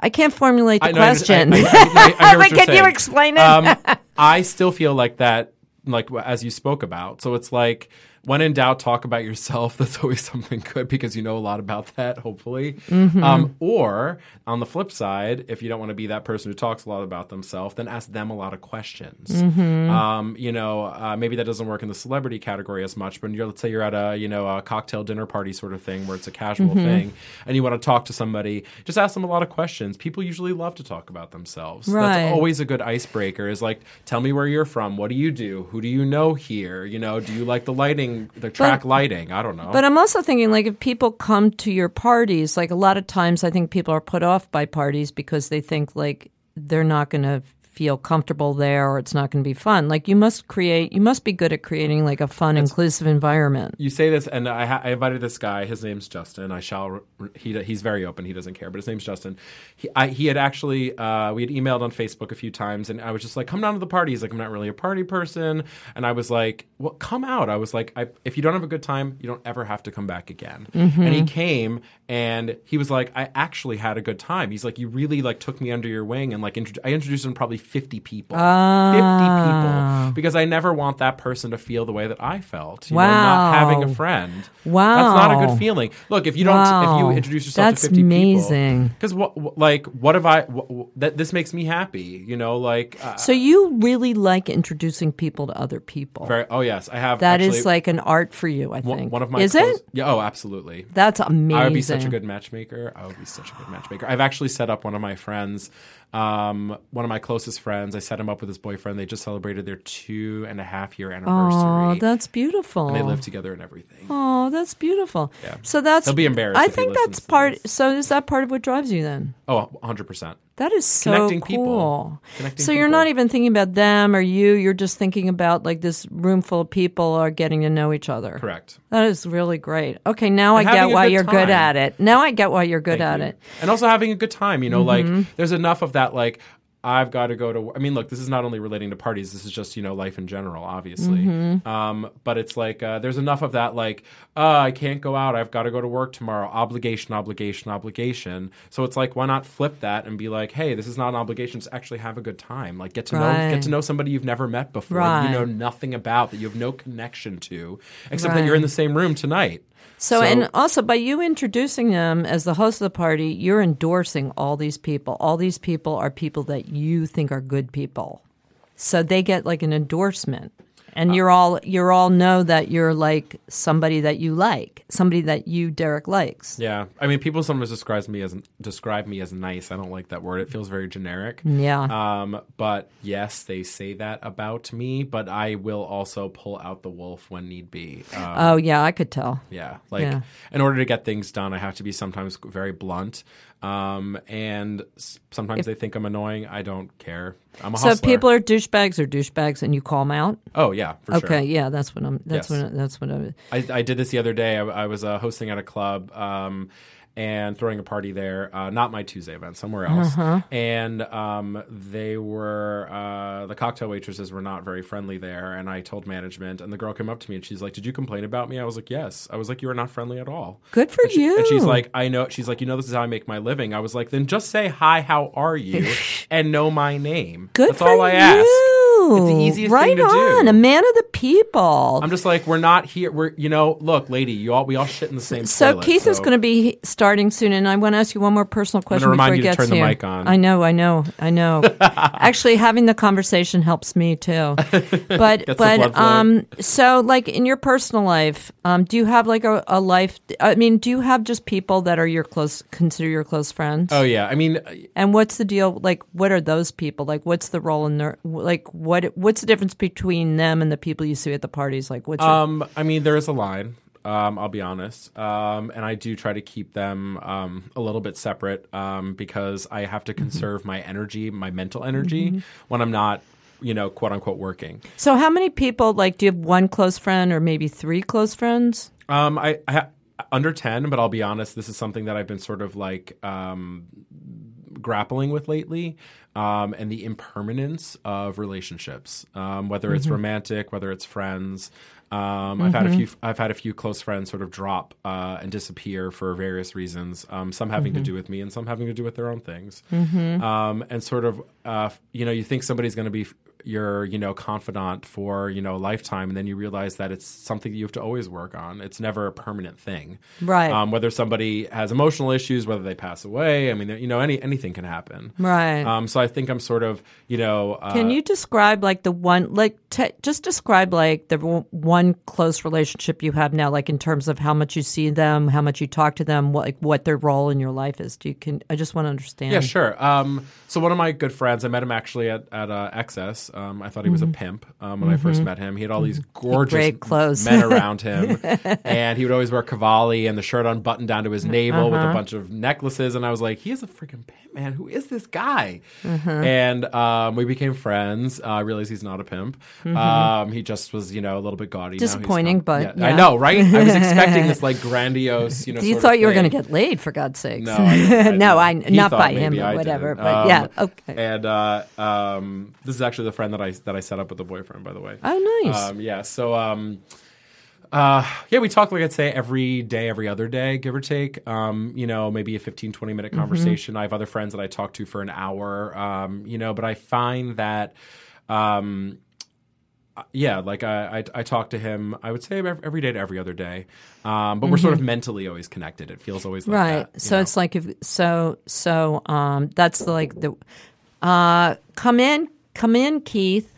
S1: I can't formulate the
S2: I know, I just- I-
S1: question.
S2: I- I- I hear
S1: But
S2: what you're
S1: can you
S2: saying. Uh,
S1: explain it?
S2: Um, I still feel like that, like as you spoke about. So it's like when in doubt, talk about yourself. That's always something good because you know a lot about that, hopefully. Um, or on the flip side, if you don't want to be that person who talks a lot about themselves, then ask them a lot of questions. Um, you know, uh, maybe that doesn't work in the celebrity category as much, but you're, let's say you're at a you know a cocktail dinner party sort of thing where it's a casual thing, and you want to talk to somebody, just ask them a lot of questions. People usually love to talk about themselves.
S1: Right.
S2: That's always a good icebreaker. Is like, tell me where you're from. What do you do? Who do you know here? You know, do you like the lighting, the track lighting? I don't know.
S1: But I'm also thinking, like, if people come to your parties, like, a lot of times I think people are put off by parties because they think, like, they're not going to feel comfortable there or it's not going to be fun. Like, you must create, you must be good at creating, like, a fun, inclusive environment.
S2: you say this, and I, ha- I invited this guy. His name's Justin. I shall. Re- he he's very open. He doesn't care, but his name's Justin. He I, he had actually uh, we had emailed on Facebook a few times, and I was just like, "Come down to the party." He's like, "I'm not really a party person," and I was like, "Well, come out." I was like, I, "If you don't have a good time, you don't ever have to come back again." And he came, and he was like, "I actually had a good time." He's like, "You really like took me under your wing," and like intro- I introduced him to probably 50 people, 50 people, because I never want that person to feel the way that I felt. You know,
S1: Wow.
S2: not having a friend.
S1: Wow.
S2: that's not a good feeling. Look, if you don't, if
S1: Wow.
S2: you introduce yourself
S1: That's
S2: to fifty
S1: amazing.
S2: because what, what- like, what have I? What, what- that this makes me happy. You know, like, uh,
S1: So you really like introducing people to other people.
S2: very. Oh yes, I have.
S1: That is
S2: actually,
S1: like an art for you, I
S2: one,
S1: think.
S2: one of my.
S1: is
S2: close-
S1: it?
S2: Yeah. Oh, absolutely.
S1: That's amazing.
S2: I would be such a good matchmaker. I would be such a good matchmaker. I've actually set up one of my friends, um, one of my closest friends. I set him up with his boyfriend. They just celebrated their two and a half year anniversary.
S1: Oh, that's beautiful.
S2: they live together and everything.
S1: Oh, that's beautiful. So that's
S2: They'll be embarrassed
S1: I
S2: if he
S1: think
S2: listens
S1: that's
S2: to
S1: part.
S2: this.
S1: So is that part of what drives you then?
S2: Oh, 100%.
S1: That is so
S2: Connecting
S1: cool.
S2: people. Connecting
S1: so you're
S2: people.
S1: not even thinking about them or you. You're just thinking about like this room full of people are getting to know each other.
S2: Correct.
S1: That is really great. Okay, now I
S2: having
S1: get
S2: a
S1: why
S2: good
S1: you're good
S2: time.
S1: at it. Now I get why you're good at
S2: Thank you.
S1: it. Mm-hmm.
S2: And also having a good time, you know, like there's enough of that like I've got to go to I mean, look, this is not only relating to parties, this is just, you know, life in general, obviously.
S1: Mm-hmm.
S2: Um, but it's like uh, there's enough of that like uh, I can't go out, I've got to go to work tomorrow, obligation, obligation, obligation. So it's like why not flip that and be like, "Hey, this is not an obligation, just actually have a good time. Like get to know
S1: Right.
S2: get to know somebody you've never met before, that
S1: Right.
S2: you know nothing about, that you have no connection to, except
S1: Right.
S2: that you're in the same room tonight."
S1: So, and also by you introducing them as the host of the party, you're endorsing all these people. All these people are people that you think are good people. So they get like an endorsement. And you're all you're all know that you're like somebody that you like, somebody that you Derek likes.
S2: Yeah, I mean, people sometimes describe me as describe me as nice. I don't like that word. It feels very generic.
S1: Yeah.
S2: Um, but yes, they say that about me. But I will also pull out the wolf when need be. Um,
S1: oh yeah, I could tell.
S2: yeah, like
S1: Yeah.
S2: in order to get things done, I have to be sometimes very blunt. Um, and s- sometimes they think I'm annoying. I don't care. I'm a
S1: So if
S2: hustler.
S1: people are douchebags or douchebags, and you call them out.
S2: oh yeah, for sure.
S1: Okay, yeah, that's what I'm. That's
S2: Yes.
S1: what. I- That's what I'm.
S2: I, I did this the other day. I, I was uh, hosting at a club um, and throwing a party there, uh, not my Tuesday event, somewhere else.
S1: Uh-huh.
S2: And um, they were, uh, the cocktail waitresses were not very friendly there. And I told management, and the girl came up to me and she's like, Did you complain about me? I was like, Yes. I was like, You are not friendly at all.
S1: Good for
S2: And she- And she's
S1: you.
S2: like, I know. She's like, You know, this is how I make my living. I was like, Then just say, Hi, how are you? and know my name.
S1: Good
S2: That's
S1: for
S2: all I
S1: you.
S2: ask. It's the easiest thing
S1: right
S2: to do.
S1: on, a man of the people.
S2: I'm just like we're not here. We're you know, look, lady, you all we all shit in the same.
S1: So
S2: toilet,
S1: Keith is going to be starting soon, and I want to ask you one more personal question
S2: remind
S1: before
S2: you
S1: he gets
S2: to turn the
S1: here.
S2: mic on.
S1: I know, I know, I know. Actually, having the conversation helps me too. But
S2: blood
S1: but
S2: flowing.
S1: um, so like in your personal life, um, do you have like a, a life? I mean, do you have just people that are your close, consider your close friends?
S2: Oh yeah, I mean,
S1: And what's the deal? Like, what are those people? Like, what's the role in their? Like, what what's the difference between them and the people you see at the parties? Like, what's your,
S2: um, I mean, there is a line. Um, I'll be honest, um, and I do try to keep them um, a little bit separate um, because I have to conserve my energy, my mental energy, when I'm not, you know, quote unquote working.
S1: so how many people? Like, do you have one close friend or maybe three close friends?
S2: Um, I, I ha- under ten, but I'll be honest, this is something that I've been sort of like um, grappling with lately, um, and the impermanence of relationships, um, whether it's romantic, whether it's friends. Um, I've had a few. I've had a few close friends sort of drop uh, and disappear for various reasons. Um, some having to do with me, and some having to do with their own things. Um, and sort of, uh, you know, you think somebody's going to be your you know confidant for you know a lifetime and then you realize that it's something that you have to always work on it's never a permanent thing
S1: Right.
S2: um, whether somebody has emotional issues whether they pass away i mean you know any anything can happen
S1: Right.
S2: um, so i think i'm sort of you know uh,
S1: Can you describe like the one like te- just describe like the w- one close relationship you have now like in terms of how much you see them, how much you talk to them, what like what their role in your life is. Do you can I just want to understand.
S2: Yeah, sure. Um, so one of my good friends, I met him actually at at uh, Excess. Um, I thought he was
S1: Mm-hmm.
S2: a pimp um, when I first met him. He had all these gorgeous
S1: Great clothes.
S2: men around him, and he would always wear cavalli and the shirt unbuttoned down to his navel
S1: Uh-huh.
S2: with a bunch of necklaces. And I was like, he is a freaking pimp, man. Who is this guy?
S1: Mm-hmm.
S2: And um, we became friends. Uh, I realized he's not a pimp. Um, he just was, you know, a little bit gaudy. Now he's
S1: Mm-hmm. Disappointing,
S2: not-
S1: but yeah.
S2: I know, right? I was expecting this like grandiose, you know.
S1: You
S2: sort of
S1: thought you were
S2: thing.
S1: going to get laid for God's sakes.
S2: No, I didn't. I
S1: no, I
S2: didn't. He
S1: not
S2: thought
S1: by him,
S2: maybe
S1: but
S2: I
S1: whatever.
S2: didn't.
S1: But
S2: Um,
S1: yeah, okay.
S2: And uh, um, this is actually the friend that I that I set up with the boyfriend, by the way.
S1: Oh, nice.
S2: Um, yeah. So. Um, uh, yeah, we talk like I'd say every day, every other day, give or take. Um, you know, maybe a 15, 20 minute
S1: Mm-hmm.
S2: conversation. I have other friends that I talk to for an hour. Um, you know, but I find that, um, yeah, like I, I I talk to him. I would say ev- every day to every other day. Um, but we're sort of mentally always connected. It feels always like
S1: Mm-hmm. right.
S2: that, you
S1: so
S2: know?
S1: it's like if so so um that's the, like the uh come in come in Keith.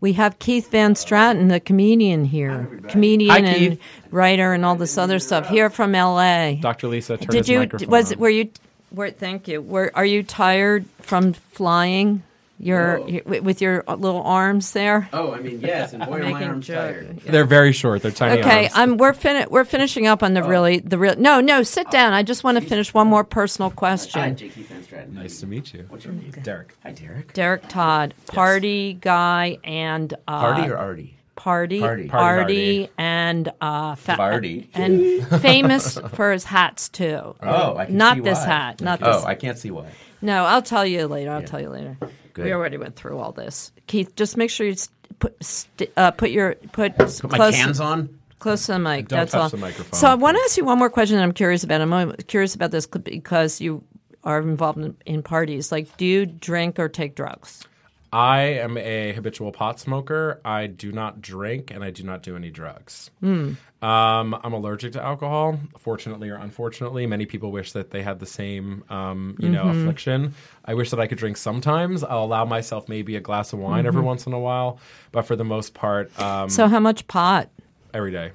S1: We have Keith Van Straten, the comedian here, comedian
S2: Hi,
S1: and
S2: Keith.
S1: writer and all this other stuff here from L.A.
S2: Dr. Lisa turned
S1: Did
S2: his
S1: you
S2: microphone
S1: was
S2: on.
S1: were you were thank you were are you tired from flying your
S3: No.
S1: your- with your little arms there?
S3: Oh, I mean, yes, and boy, are my
S1: Making
S3: arms
S1: joke.
S3: tired.
S1: Yeah.
S2: They're very short. They're tiny
S1: Okay,
S2: arms.
S1: um, we're fin- we're finishing up on the really the real. No, no, sit down. I just want to finish one more personal
S3: Hi,
S1: question.
S3: Jakey Van Straten.
S2: nice to meet you.
S3: What's your name?
S2: Derek.
S3: Hi, Derek.
S1: Derek Todd, party guy, and uh,
S3: Hardy or Artie?
S1: party,
S3: Party.
S2: Party
S1: Artie and uh, fa-
S3: Vardy.
S1: and famous for his hats too.
S3: Oh, I can
S1: Not
S3: see
S1: this
S3: why.
S1: hat, not
S3: oh,
S1: this-
S3: I can't see why.
S1: No, I'll tell you later. I'll tell you later. We
S3: Good.
S1: already went through all this. Keith, just make sure you st- put st- uh, put your put,
S3: Put my
S1: close-
S3: cans on.
S1: close to the mic.
S2: Don't
S1: That's
S2: touch
S1: all.
S2: the microphone,
S1: So I want to ask you one more question. That I'm curious about. I'm curious about this because you are involved in, in parties. Like, do you drink or take drugs?
S2: I am a habitual pot smoker. I do not drink and I do not do any drugs.
S1: Hmm.
S2: Um, I'm allergic to alcohol, fortunately or unfortunately. Many people wish that they had the same, um, you
S1: Mm-hmm.
S2: know, affliction. I wish that I could drink sometimes. I'll allow myself maybe a glass of wine
S1: Mm-hmm.
S2: every once in a while, but for the most part, um,
S1: So how much pot?
S2: every day.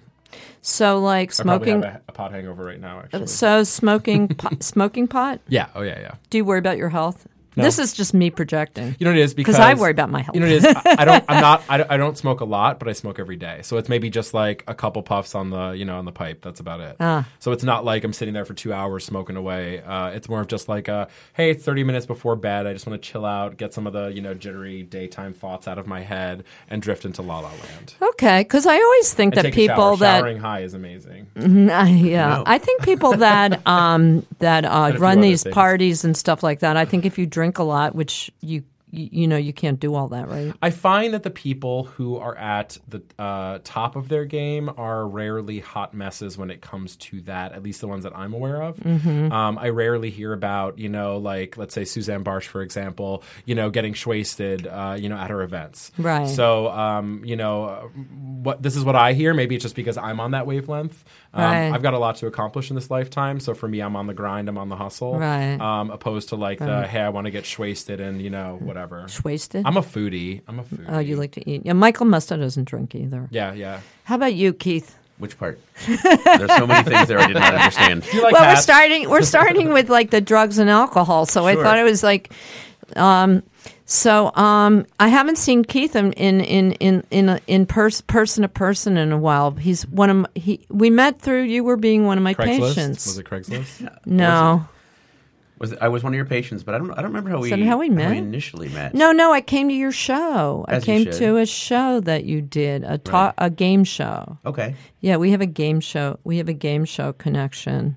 S1: So like
S2: I probably
S1: smoking.
S2: have a, a pot hangover right now, actually.
S1: So smoking po- smoking pot.
S2: yeah. Oh, yeah, yeah.
S1: Do you worry about your health?
S2: No.
S1: This is just me projecting.
S2: You know what it is because
S1: I worry about my health.
S2: You know what it is. I, I don't. I'm not. I, don't- I don't smoke a lot, but I smoke every day. So it's maybe just like a couple puffs on the you know on the pipe. That's about it.
S1: Ah.
S2: So it's not like I'm sitting there for two hours smoking away. Uh, it's more of just like a hey, it's 30 minutes before bed. I just want to chill out, get some of the you know jittery daytime thoughts out of my head, and drift into la la land.
S1: Okay, because I always think
S2: And
S1: that
S2: take a shower.
S1: people that
S2: showering high is amazing.
S1: yeah, I think people that um, that uh,
S2: a few
S1: run
S2: other
S1: these
S2: things.
S1: parties and stuff like that. I think if you drink a lot, which you you, you know you can't do all that, right?
S2: I find that the people who are at the uh, top of their game are rarely hot messes when it comes to that. At least the ones that I'm aware of.
S1: Mm-hmm.
S2: Um, I rarely hear about you know like let's say Suzanne Barsh for example, you know getting shwasted, uh, you know at her events.
S1: Right.
S2: So um, you know uh, what this is what I hear. Maybe it's just because I'm on that wavelength. Um,
S1: Right.
S2: I've got a lot to accomplish in this lifetime. So for me, I'm on the grind. I'm on the hustle.
S1: Right.
S2: Um, opposed to like the hey, I want to get shwasted and you know whatever.
S1: Wasted.
S2: I'm a foodie. I'm a foodie.
S1: oh, you like to eat? Yeah, Michael Musta doesn't drink either.
S2: Yeah, yeah.
S1: How about you, Keith?
S3: Which part? There's so many things there I did not understand.
S2: Do you like
S1: well,
S2: hats?
S1: we're starting we're starting with like the drugs and alcohol. So I
S3: Sure.
S1: thought it was like, um, so um, I haven't seen Keith in in in in in, in pers- person to person in a while. He's one of my, he we met through you were being one of my
S2: Craigslist?
S1: patients.
S2: Was it Craigslist?
S1: No.
S3: Was I was one of your patients, but I don't. I don't remember how we.
S1: that how we met?
S3: initially met.
S1: No, no, I came to your show.
S3: As
S1: I
S3: you
S1: came
S3: should.
S1: to a show that you did, a ta- a game show.
S3: Okay,
S1: Yeah, we have a game show. We have a game show connection.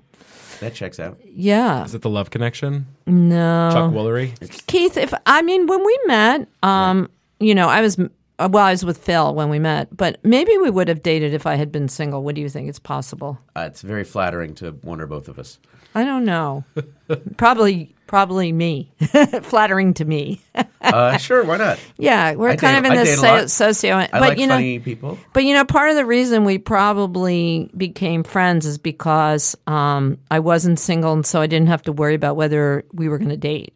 S3: that checks out.
S1: Yeah.
S2: Is it the Love Connection?
S1: No.
S2: Chuck Woolery?
S1: Keith, if I mean when we met, um, you know, I was uh, well, I was with Phil when we met, but maybe we would have dated if I had been single. What do you think? It's possible.
S3: Uh, it's very flattering to one or both of us.
S1: I don't know. probably, probably me. Flattering to me.
S3: Uh, sure, why not?
S1: Yeah, we're
S3: I
S1: kind
S3: date-
S1: of
S3: I
S1: in this
S3: date a lot.
S1: so- socio.
S3: I
S1: but
S3: like
S1: you know,
S3: funny people.
S1: but you know, part of the reason we probably became friends is because um, I wasn't single, and so I didn't have to worry about whether we were going to date.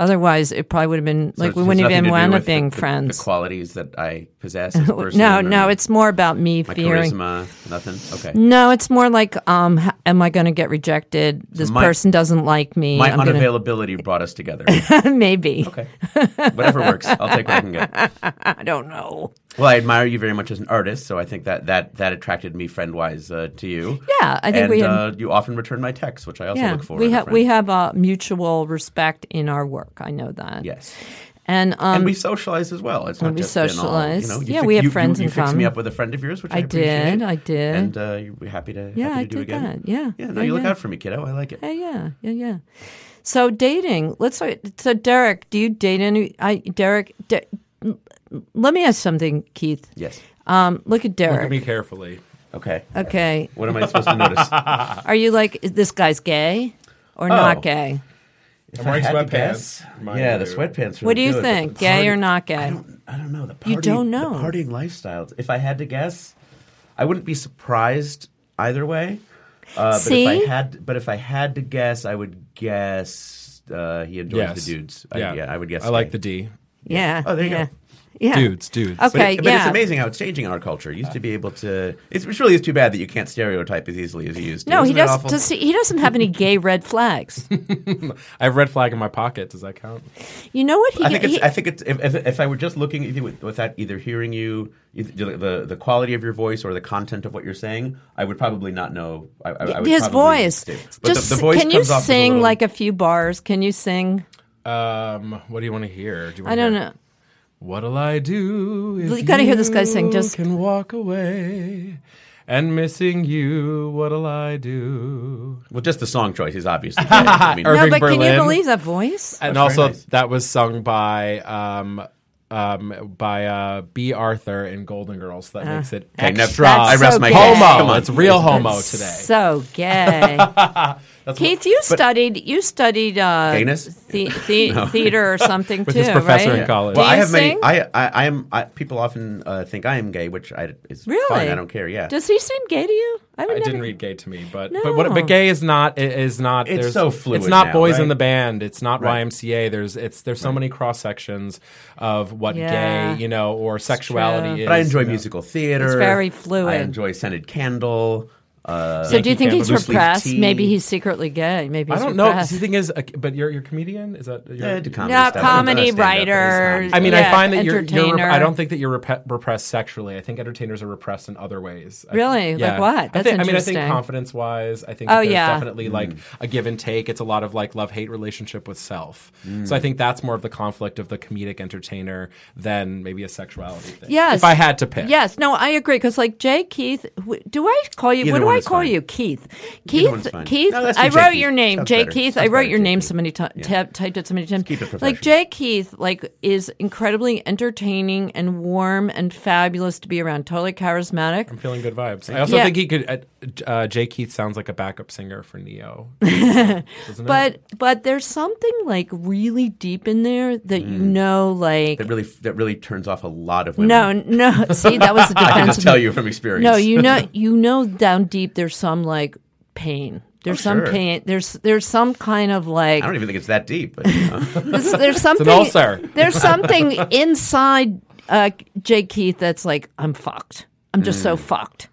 S1: Otherwise, it probably would have been like
S3: It
S1: we
S3: has
S1: wouldn't
S3: nothing to
S1: even
S3: do
S1: wound
S3: with
S1: up being
S3: the, the-
S1: friends.
S3: The qualities that I possess as a person.
S1: no,
S3: or
S1: no, it's more about me
S3: my
S1: fearing.
S3: charisma, nothing. Okay.
S1: No, it's more like, um, h- am I going to get rejected? This
S3: my-
S1: person doesn't like me.
S3: My
S1: I'm gonna-
S3: unavailability brought us together.
S1: maybe.
S3: Okay. Whatever works. I'll take what I can get.
S1: I don't know.
S3: Well, I admire you very much as an artist, so I think that that, that attracted me friend wise uh, to you.
S1: Yeah, I think
S3: and,
S1: we had-
S3: uh, you often return my texts, which I also
S1: Yeah,
S3: look for.
S1: we
S3: in a
S1: have we
S3: friend.
S1: have a mutual respect in our work. I know that.
S3: Yes.
S1: and um,
S3: and we socialize as well. It's not
S1: we
S3: just been
S1: socialize.
S3: All, you know, you
S1: Yeah,
S3: fi-
S1: we have
S3: you- you-
S1: friends
S3: you,
S1: in
S3: fixed
S1: common.
S3: me up with a friend of yours, which I,
S1: I
S3: appreciate.
S1: did, I did.
S3: and uh, you- we're happy to
S1: yeah,
S3: happy
S1: I
S3: to do
S1: did
S3: again.
S1: that. Yeah,
S3: yeah. No,
S1: yeah,
S3: you look
S1: yeah.
S3: out for me, kiddo. I like it.
S1: Yeah, yeah, yeah, yeah. So dating. Let's uh, so Derek, do you date any? I Derek. De- let me ask something, Keith.
S3: Yes.
S1: Um, look at
S2: Look at
S1: Derek.
S2: me carefully.
S3: Okay.
S1: Uh, Okay,
S3: What am I supposed to notice?
S1: are you like is this guy's gay or
S3: Oh.
S1: not gay?
S2: I'm
S3: I
S2: wearing
S3: had to
S2: sweatpants.
S3: guess-
S2: Mine
S3: Yeah,
S2: do.
S3: the sweatpants. Are
S1: What do you
S3: good, but
S1: think,
S3: the
S1: gay
S3: party-
S1: or not gay?
S3: I don't, I don't know. The party,
S1: You don't
S3: the
S1: know.
S3: partying lifestyles. If I had to guess, I wouldn't be surprised either way. Uh, but
S1: See?
S3: if I had, but if I had to guess, I would guess uh, he enjoys
S2: Yes.
S3: the dudes. I, yeah. I would guess.
S2: I like
S3: gay.
S2: the D.
S1: Yeah.
S3: Oh, there you
S1: yeah.
S3: go.
S1: Yeah.
S2: Dudes,
S1: Okay.
S2: dudes.
S3: But, it- but
S1: yeah.
S3: it's amazing how it's changing our culture. Used to be able to. It's, it really is too bad that you can't stereotype as easily as you used to.
S1: No, he
S3: Isn't it
S1: doesn't.
S3: awful?
S1: Does he, he doesn't have any gay red flags.
S2: I have red flag in my pocket. Does that count?
S1: You know what? He,
S3: I think
S1: he
S3: it's. I think it's. If, if, if I were just looking either with, without either hearing you, either the the quality of your voice or the content of what you're saying, I would probably not know. I, I, I would
S1: his
S3: probably
S1: voice.
S3: say- but
S1: Just
S3: the, the voice
S1: can you
S3: comes off as
S1: sing
S3: a little,
S1: like a few bars? Can you sing?
S2: Um, what do you want to hear? Do you
S1: I
S2: wanna
S1: don't
S2: hear-
S1: know.
S2: What'll I do? If
S1: You gotta hear this guy sing,
S2: you
S1: just-
S2: can walk away. And missing you, what'll I do?
S3: well, just the song choice is obviously. I mean,
S2: Irving
S1: no, but can
S2: Berlin.
S1: you believe that voice?
S2: And
S3: That's very
S2: also,
S3: nice.
S2: that was sung by um, um, by uh, B. Arthur in Golden Girls. So that makes it
S3: Okay, never-
S2: extra.
S1: That's
S3: I rest
S1: so
S3: my
S1: gay.
S3: case.
S2: homo.
S3: Uh, Come on.
S2: It's real homo
S3: Oh,
S2: today.
S1: So gay. Keith, you studied you studied uh,
S3: Gayness?
S1: the, the, theater or something
S2: With
S1: too,
S2: his professor
S1: right?
S2: in college.
S1: Do
S3: Well, I
S1: you
S3: have
S1: sing?
S3: many. I, I, I am. I, people often uh, think I am gay, which I is
S1: really?
S3: fine. I don't care. Yeah.
S1: Does he seem gay to you? I would
S2: I
S1: never.
S2: didn't read gay to me, but
S1: No.
S2: but what but gay is not i- is not
S3: Oh. It's
S2: there's-
S3: so fluid
S2: It's not
S3: now,
S2: boys in
S3: right?
S2: the band. It's not
S3: Right.
S2: YMCA. There's it's there's so many cross sections of what
S1: Yeah.
S2: gay you know or sexuality
S1: true.
S2: is.
S3: But I enjoy
S2: you know.
S3: musical theater.
S1: It's very fluid.
S3: I enjoy scented candle. Uh,
S1: so do you think
S2: Yankee
S1: he's
S2: Candle, loose-leaf
S1: repressed?
S3: tea.
S1: Maybe he's secretly gay. Maybe
S2: I
S1: he's
S2: don't know.
S1: repressed.
S2: The thing is, uh, but you're you're a comedian. Is that? You're,
S3: Yeah, I do comedy
S1: No,
S3: stuff. I'm
S1: comedy
S3: not a stand-up, but it's
S1: writer.
S3: comedy.
S2: I mean,
S1: Yeah,
S2: I find that you're, you're rep-
S1: entertainer.
S2: I don't think that you're repre- repressed sexually. I think entertainers are repressed in other ways. I-
S1: Really? Like what?
S2: I,
S1: That's
S2: think, I mean, I think
S1: interesting.
S2: confidence wise, I think
S1: Oh,
S2: that there's
S1: yeah.
S2: definitely like a give and take. It's a lot of like love hate relationship with self. So I think that's more of the conflict of the comedic entertainer than maybe a sexuality thing.
S1: Yes.
S2: If I had to pick.
S1: Yes, no, I agree. Because like Jay Keith, wh- do I call you?
S3: Either
S1: what do
S3: one
S1: I
S3: is
S1: call
S3: fine.
S1: you, Keith?
S3: Either one's
S1: Keith,
S3: fine.
S1: Keith.
S3: No, let's do
S1: I
S3: Jay
S1: wrote
S3: Keith.
S1: your name,
S3: Sounds
S1: Jay
S3: better.
S1: Keith. I
S3: Sounds
S1: wrote
S3: better,
S1: your
S3: Jay
S1: name
S3: Keith.
S1: so many times. typed it so many times.
S3: keep it
S1: like
S3: professional.
S1: Jay Keith, like is incredibly entertaining and warm and fabulous to be around. Totally charismatic.
S2: I'm feeling good vibes. I also
S1: Yeah.
S2: think he could. uh, Uh, Jay Keith sounds like a backup singer for Neo. doesn't it?
S1: But but there's something like really deep in there that you know, like.
S3: Mm. that really that really turns off a lot of women.
S1: No, no. See, that was the defense.
S3: I can
S1: of
S3: just
S1: me.
S3: tell you from experience.
S1: No, you know, you know, down deep, there's some like pain.
S2: Oh,
S1: There's some
S3: sure.
S1: pain. There's there's some kind of like
S3: I don't even think it's that deep. But, you know.
S1: this- there's something.
S2: ulcer.
S1: There's something inside uh, Jay Keith that's like I'm fucked. I'm just
S2: Mm.
S1: so fucked.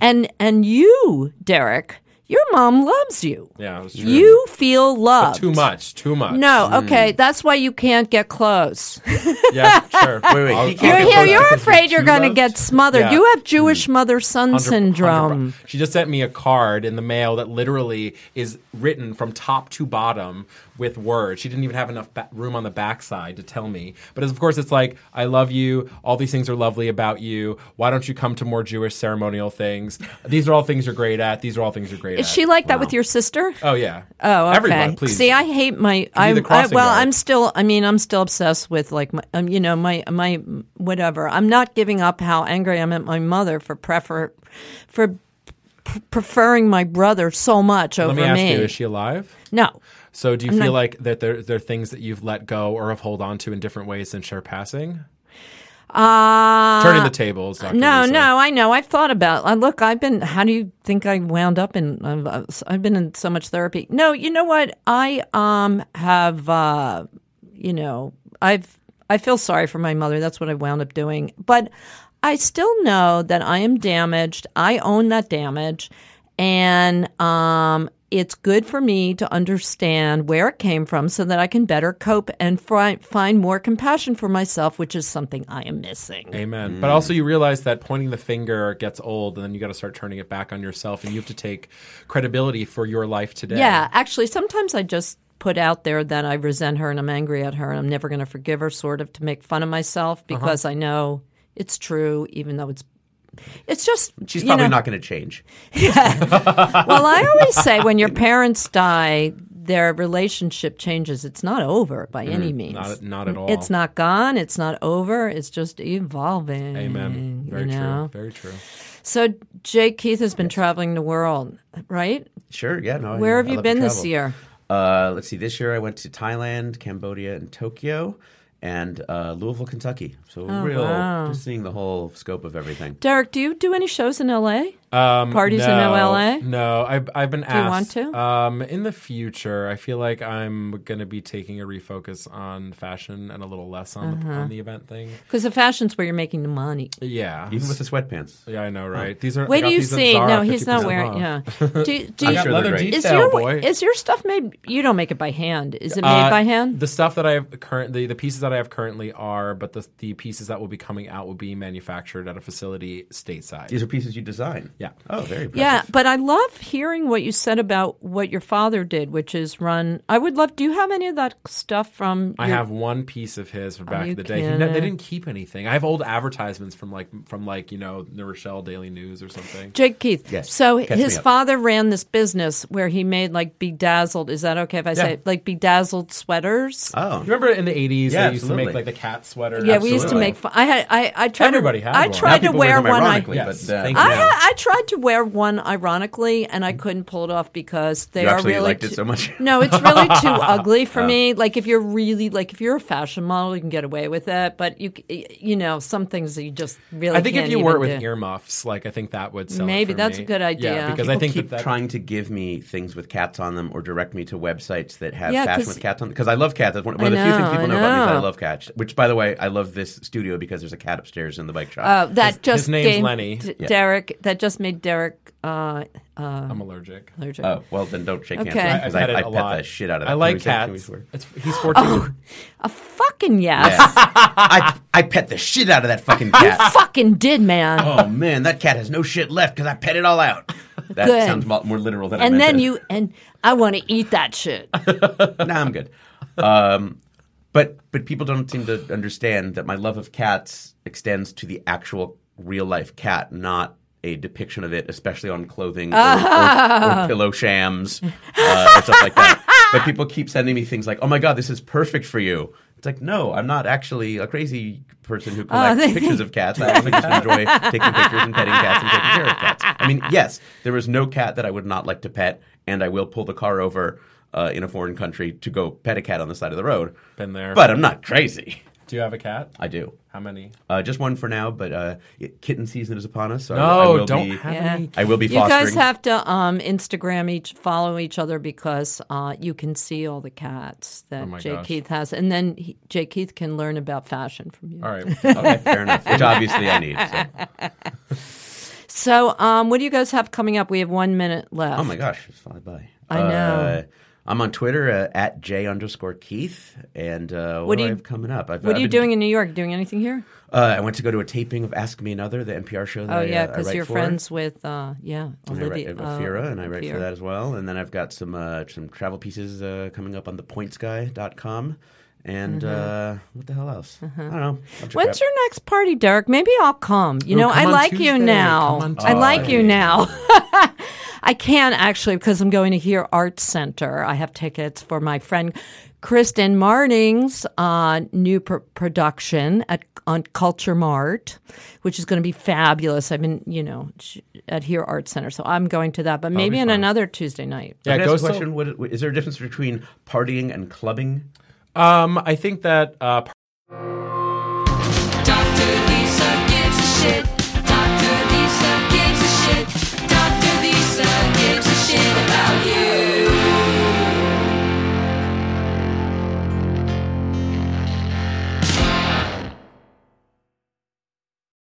S1: And and you, Derek, your mom loves you.
S2: yeah, it's true.
S1: You feel loved.
S2: too much. Mm. Too much.
S1: No, okay, that's why you can't get close.
S2: Yeah, sure.
S3: Wait,
S1: You're here.
S3: wait, he get close
S1: You're
S3: because you're
S1: afraid you're
S3: too
S1: going to
S3: loved?
S1: get smothered.
S2: Yeah. Mm.
S1: You have Jewish mother son
S2: 100
S1: syndrome.
S2: She just sent me a card in the mail that literally is written from top to bottom with words. She didn't even have enough ba- room on the backside to tell me. But of course, it's like, I love you. All these things are lovely about you. Why don't you come to more Jewish ceremonial things? These are all things you're great at. These are all things you're great
S1: Is
S2: at.
S1: she like that with your sister?
S2: Oh, yeah.
S1: Oh, okay.
S2: Everyone, please.
S1: See, I hate my. I,
S2: the
S1: I-
S2: crossing
S1: well,
S2: guard.
S1: I'm still. I mean, I'm still obsessed with like my. Um, you know, my my whatever. I'm not giving up how angry I'm at my mother for prefer for p- preferring my brother so much over
S2: Let me ask
S1: me.
S2: you: Is she alive?
S1: no.
S2: So, do you
S1: I'm
S2: feel
S1: not-
S2: like that there, there are things that you've let go or have hold on to in different ways since her passing?
S1: Uh,
S2: Turning the tables. Dr.
S1: No,
S2: Lisa.
S1: no, I know. I've thought about. Uh, look, I've been. How do you think I wound up in? I've, uh, I've been in so much therapy. No, you know what? I um have. Uh, you know, I've. I feel sorry for my mother. That's what I wound up doing. But I still know that I am damaged. I own that damage, and um, it's good for me to understand where it came from, so that I can better cope and fri- find more compassion for myself, which is something I am missing.
S2: Amen.
S3: Mm.
S2: But also, you realize that pointing the finger gets old, and then you got to start turning it back on yourself, and you have to take credibility for your life today.
S1: Yeah, actually, sometimes I just put out there that I resent her and I'm angry at her and I'm never going to forgive her, sort of to make fun of myself because I know it's true, even though it's. It's just
S3: She's
S1: you
S3: probably
S1: know-
S3: not going to change.
S1: well, I always say when your parents die, their relationship changes. It's not over by any means.
S2: Not, not at all.
S1: it's not gone. It's not over. It's just evolving.
S2: Amen.
S1: Mm, you
S2: Very
S1: know?
S2: true. Very true.
S1: So Jay Keith has been traveling the world, right?
S3: Sure, yeah, no. I-
S1: Where have
S3: I
S1: you
S3: love to
S1: been this
S3: travel.
S1: year?
S3: Uh, let's see. This year I went to Thailand, Cambodia, and Tokyo, and uh, Louisville, Kentucky. So
S1: Oh,
S3: real, just seeing the whole scope of everything.
S1: Derek, do you do any shows in LA?
S2: Um,
S1: Parties in
S2: no,
S1: LA?
S2: No, I've I've been
S1: you
S2: asked.
S1: want to?
S2: Um, in the future, I feel like I'm going to be taking a refocus on fashion and a little less on the
S1: Uh-huh.
S2: on the event thing.
S1: Because the fashion's where you're making the money.
S2: Yeah.
S3: Even with the sweatpants.
S2: yeah, I know, right? These are. I
S1: Where
S2: got
S1: do you
S2: these at
S1: see?
S2: Zara,
S1: No, he's not
S2: 50%
S1: wearing.
S2: off.
S1: Yeah. Do, do
S3: I'm
S1: you,
S3: sure
S2: leather
S3: they're great.
S1: is
S2: detail,
S1: your
S2: boy.
S1: is your stuff made? You don't make it by hand. Is it made
S2: Uh,
S1: by hand?
S2: The stuff that I have currently, the pieces that I have currently are, but the the pieces that will be coming out will be manufactured at a facility stateside.
S3: These are pieces you design.
S2: Yeah.
S3: Oh, very. Impressive.
S1: Yeah, but I love hearing what you said about what your father did, which is run. I would love. Do you have any of that stuff from?
S2: I
S1: your-
S2: have one piece of his from back
S1: you
S2: in the day. He
S1: kidding?
S2: ne- they didn't keep anything. I have old advertisements from like from like you know the Rochelle Daily News or something.
S1: Jake Keith.
S3: Yes,
S1: So
S3: catch
S1: his
S3: me up.
S1: father ran this business where he made like bedazzled. Is that okay if I say
S2: Yeah. Uh,
S1: it? like bedazzled sweaters?
S3: Oh.
S2: You remember in the eighties
S3: Yeah,
S2: they used to make
S3: absolutely.
S2: like the cat sweater.
S1: yeah, we used to
S3: absolutely.
S1: make. Fun. I had. I I tried.
S2: Everybody
S1: to,
S2: had
S1: I
S2: one.
S1: tried
S3: Now
S1: to
S3: people
S1: wear
S3: them
S1: one. I, Ah,
S3: ironically,
S2: Yes,
S3: but, uh,
S2: thank
S1: I,
S2: Yeah.
S1: ha- I tried to wear one ironically, and I couldn't pull it off because they
S3: You
S1: are
S3: actually
S1: really
S3: liked it
S1: too-
S3: so much?
S1: no, it's really too ugly for me. Like if you're really like if you're a fashion model, you can get away with it, but you c- you know some things that you just really.
S2: I think if
S1: can't
S2: you
S1: even
S2: wore it with
S1: do.
S2: earmuffs, like I think that would sell. it
S1: Maybe
S2: for
S1: that's
S2: me.
S1: a good idea.
S2: Yeah, because I
S3: People
S2: think
S3: keep
S2: that, that
S3: trying to give me things with cats on them or direct me to websites that have
S1: Yeah,
S3: fashion
S1: 'cause-
S3: with cats on them because I love cats. That's one, one of
S1: I
S3: the few
S1: know,
S3: things
S1: I
S3: people know, about me is that I
S1: know.
S3: love cats. Which, by the way, I love this studio because there's a cat upstairs in the bike shop.
S1: Uh, that
S2: his
S1: just
S2: name's
S1: gave
S2: Lenny.
S1: D- Derek. That just made Derek uh,
S2: I'm allergic.
S1: allergic.
S3: oh, well, then don't shake hands
S1: Okay. I-
S3: because
S2: I've
S3: I,
S2: had it
S3: I
S2: a
S3: pet
S2: lot.
S3: the shit out of that.
S2: I
S3: Can
S2: like
S3: we say- can we
S2: cats.
S3: swear? Oh.
S2: It's, he's fourteen.
S1: A
S2: Oh.
S1: fucking yes.
S3: Yeah. I, I pet the shit out of that fucking cat.
S1: Fucking did, man.
S3: oh man, that cat has no shit left because I pet it all out. That
S1: Good.
S3: sounds mo- more literal than I
S1: and
S3: meant
S1: then
S3: it.
S1: you and I want to eat that shit.
S3: nah, I'm good. Um, but but people don't seem to understand that my love of cats extends to the actual real life cat, not a depiction of it, especially on clothing or, or, or pillow shams uh, and stuff like that. But people keep sending me things like, "Oh my god, this is perfect for you." It's like, no, I'm not actually a crazy person who collects
S1: they-
S3: pictures of cats. I actually just enjoy taking pictures and petting cats and taking care of cats. I mean, yes, there is no cat that I would not like to pet, and I will pull the car over uh, in a foreign country to go pet a cat on the side of the road.
S2: Been there.
S3: But I'm not crazy.
S2: Do you have a cat?
S3: I do.
S2: How many?
S3: Uh, just one for now, but uh, kitten season is upon us. So I will- I,
S2: No,
S3: will
S2: Oh, don't
S3: be,
S2: have
S1: Yeah.
S2: any.
S3: I will be
S1: You guys
S3: fostering.
S1: have to um, Instagram each, follow each other because uh, you can see all the cats
S3: Oh
S1: that
S2: my
S1: Jay
S2: gosh.
S1: Keith has, and then he, Jay Keith can learn about fashion from you.
S2: All right.
S3: okay, fair enough. Which obviously I need. So.
S1: So, um, what do you guys have coming up? We have one minute left.
S3: Oh my gosh, it's fly by.
S1: I know.
S3: Uh, I'm on Twitter uh, at j underscore Keith, and uh, what,
S1: What
S3: do
S1: do
S3: I
S1: you-
S3: have coming up? I've,
S1: what
S3: I've
S1: are you
S3: been-
S1: doing in New York? Doing anything here?
S3: Uh, I went to go to a taping of Ask Me Another, the NPR show. That
S1: Oh
S3: I,
S1: yeah,
S3: because
S1: because you're friends with uh, yeah
S3: And I write
S1: Olivia
S3: uh, Fira, and I write
S1: Fira.
S3: for that as well. And then I've got some uh, some travel pieces uh, coming up on thepointsguy.com. And uh, what the hell else? I don't know. Bunch of
S1: Mm-hmm. When's
S3: crap.
S1: your next party, Derek? Maybe I'll come. You
S2: Ooh,
S1: know,
S2: come
S1: I
S2: on
S1: like
S2: Tuesday.
S1: you now.
S2: Come on
S1: I like you
S3: Tuesday.
S1: now. I can actually because I'm going to Here Arts Center. I have tickets for my friend Kristen Marning's uh, new pr- production at on Culture Mart, which is going to be fabulous. I've been, you know, sh- at Here Arts Center, so I'm going to that. But maybe on another Tuesday night.
S2: Yeah,
S3: Can I
S2: go
S3: ask a
S2: so-
S3: question? What- what- Is there a difference between partying and clubbing?
S2: Um, I think that uh,
S4: Dr. Lisa gives a shit.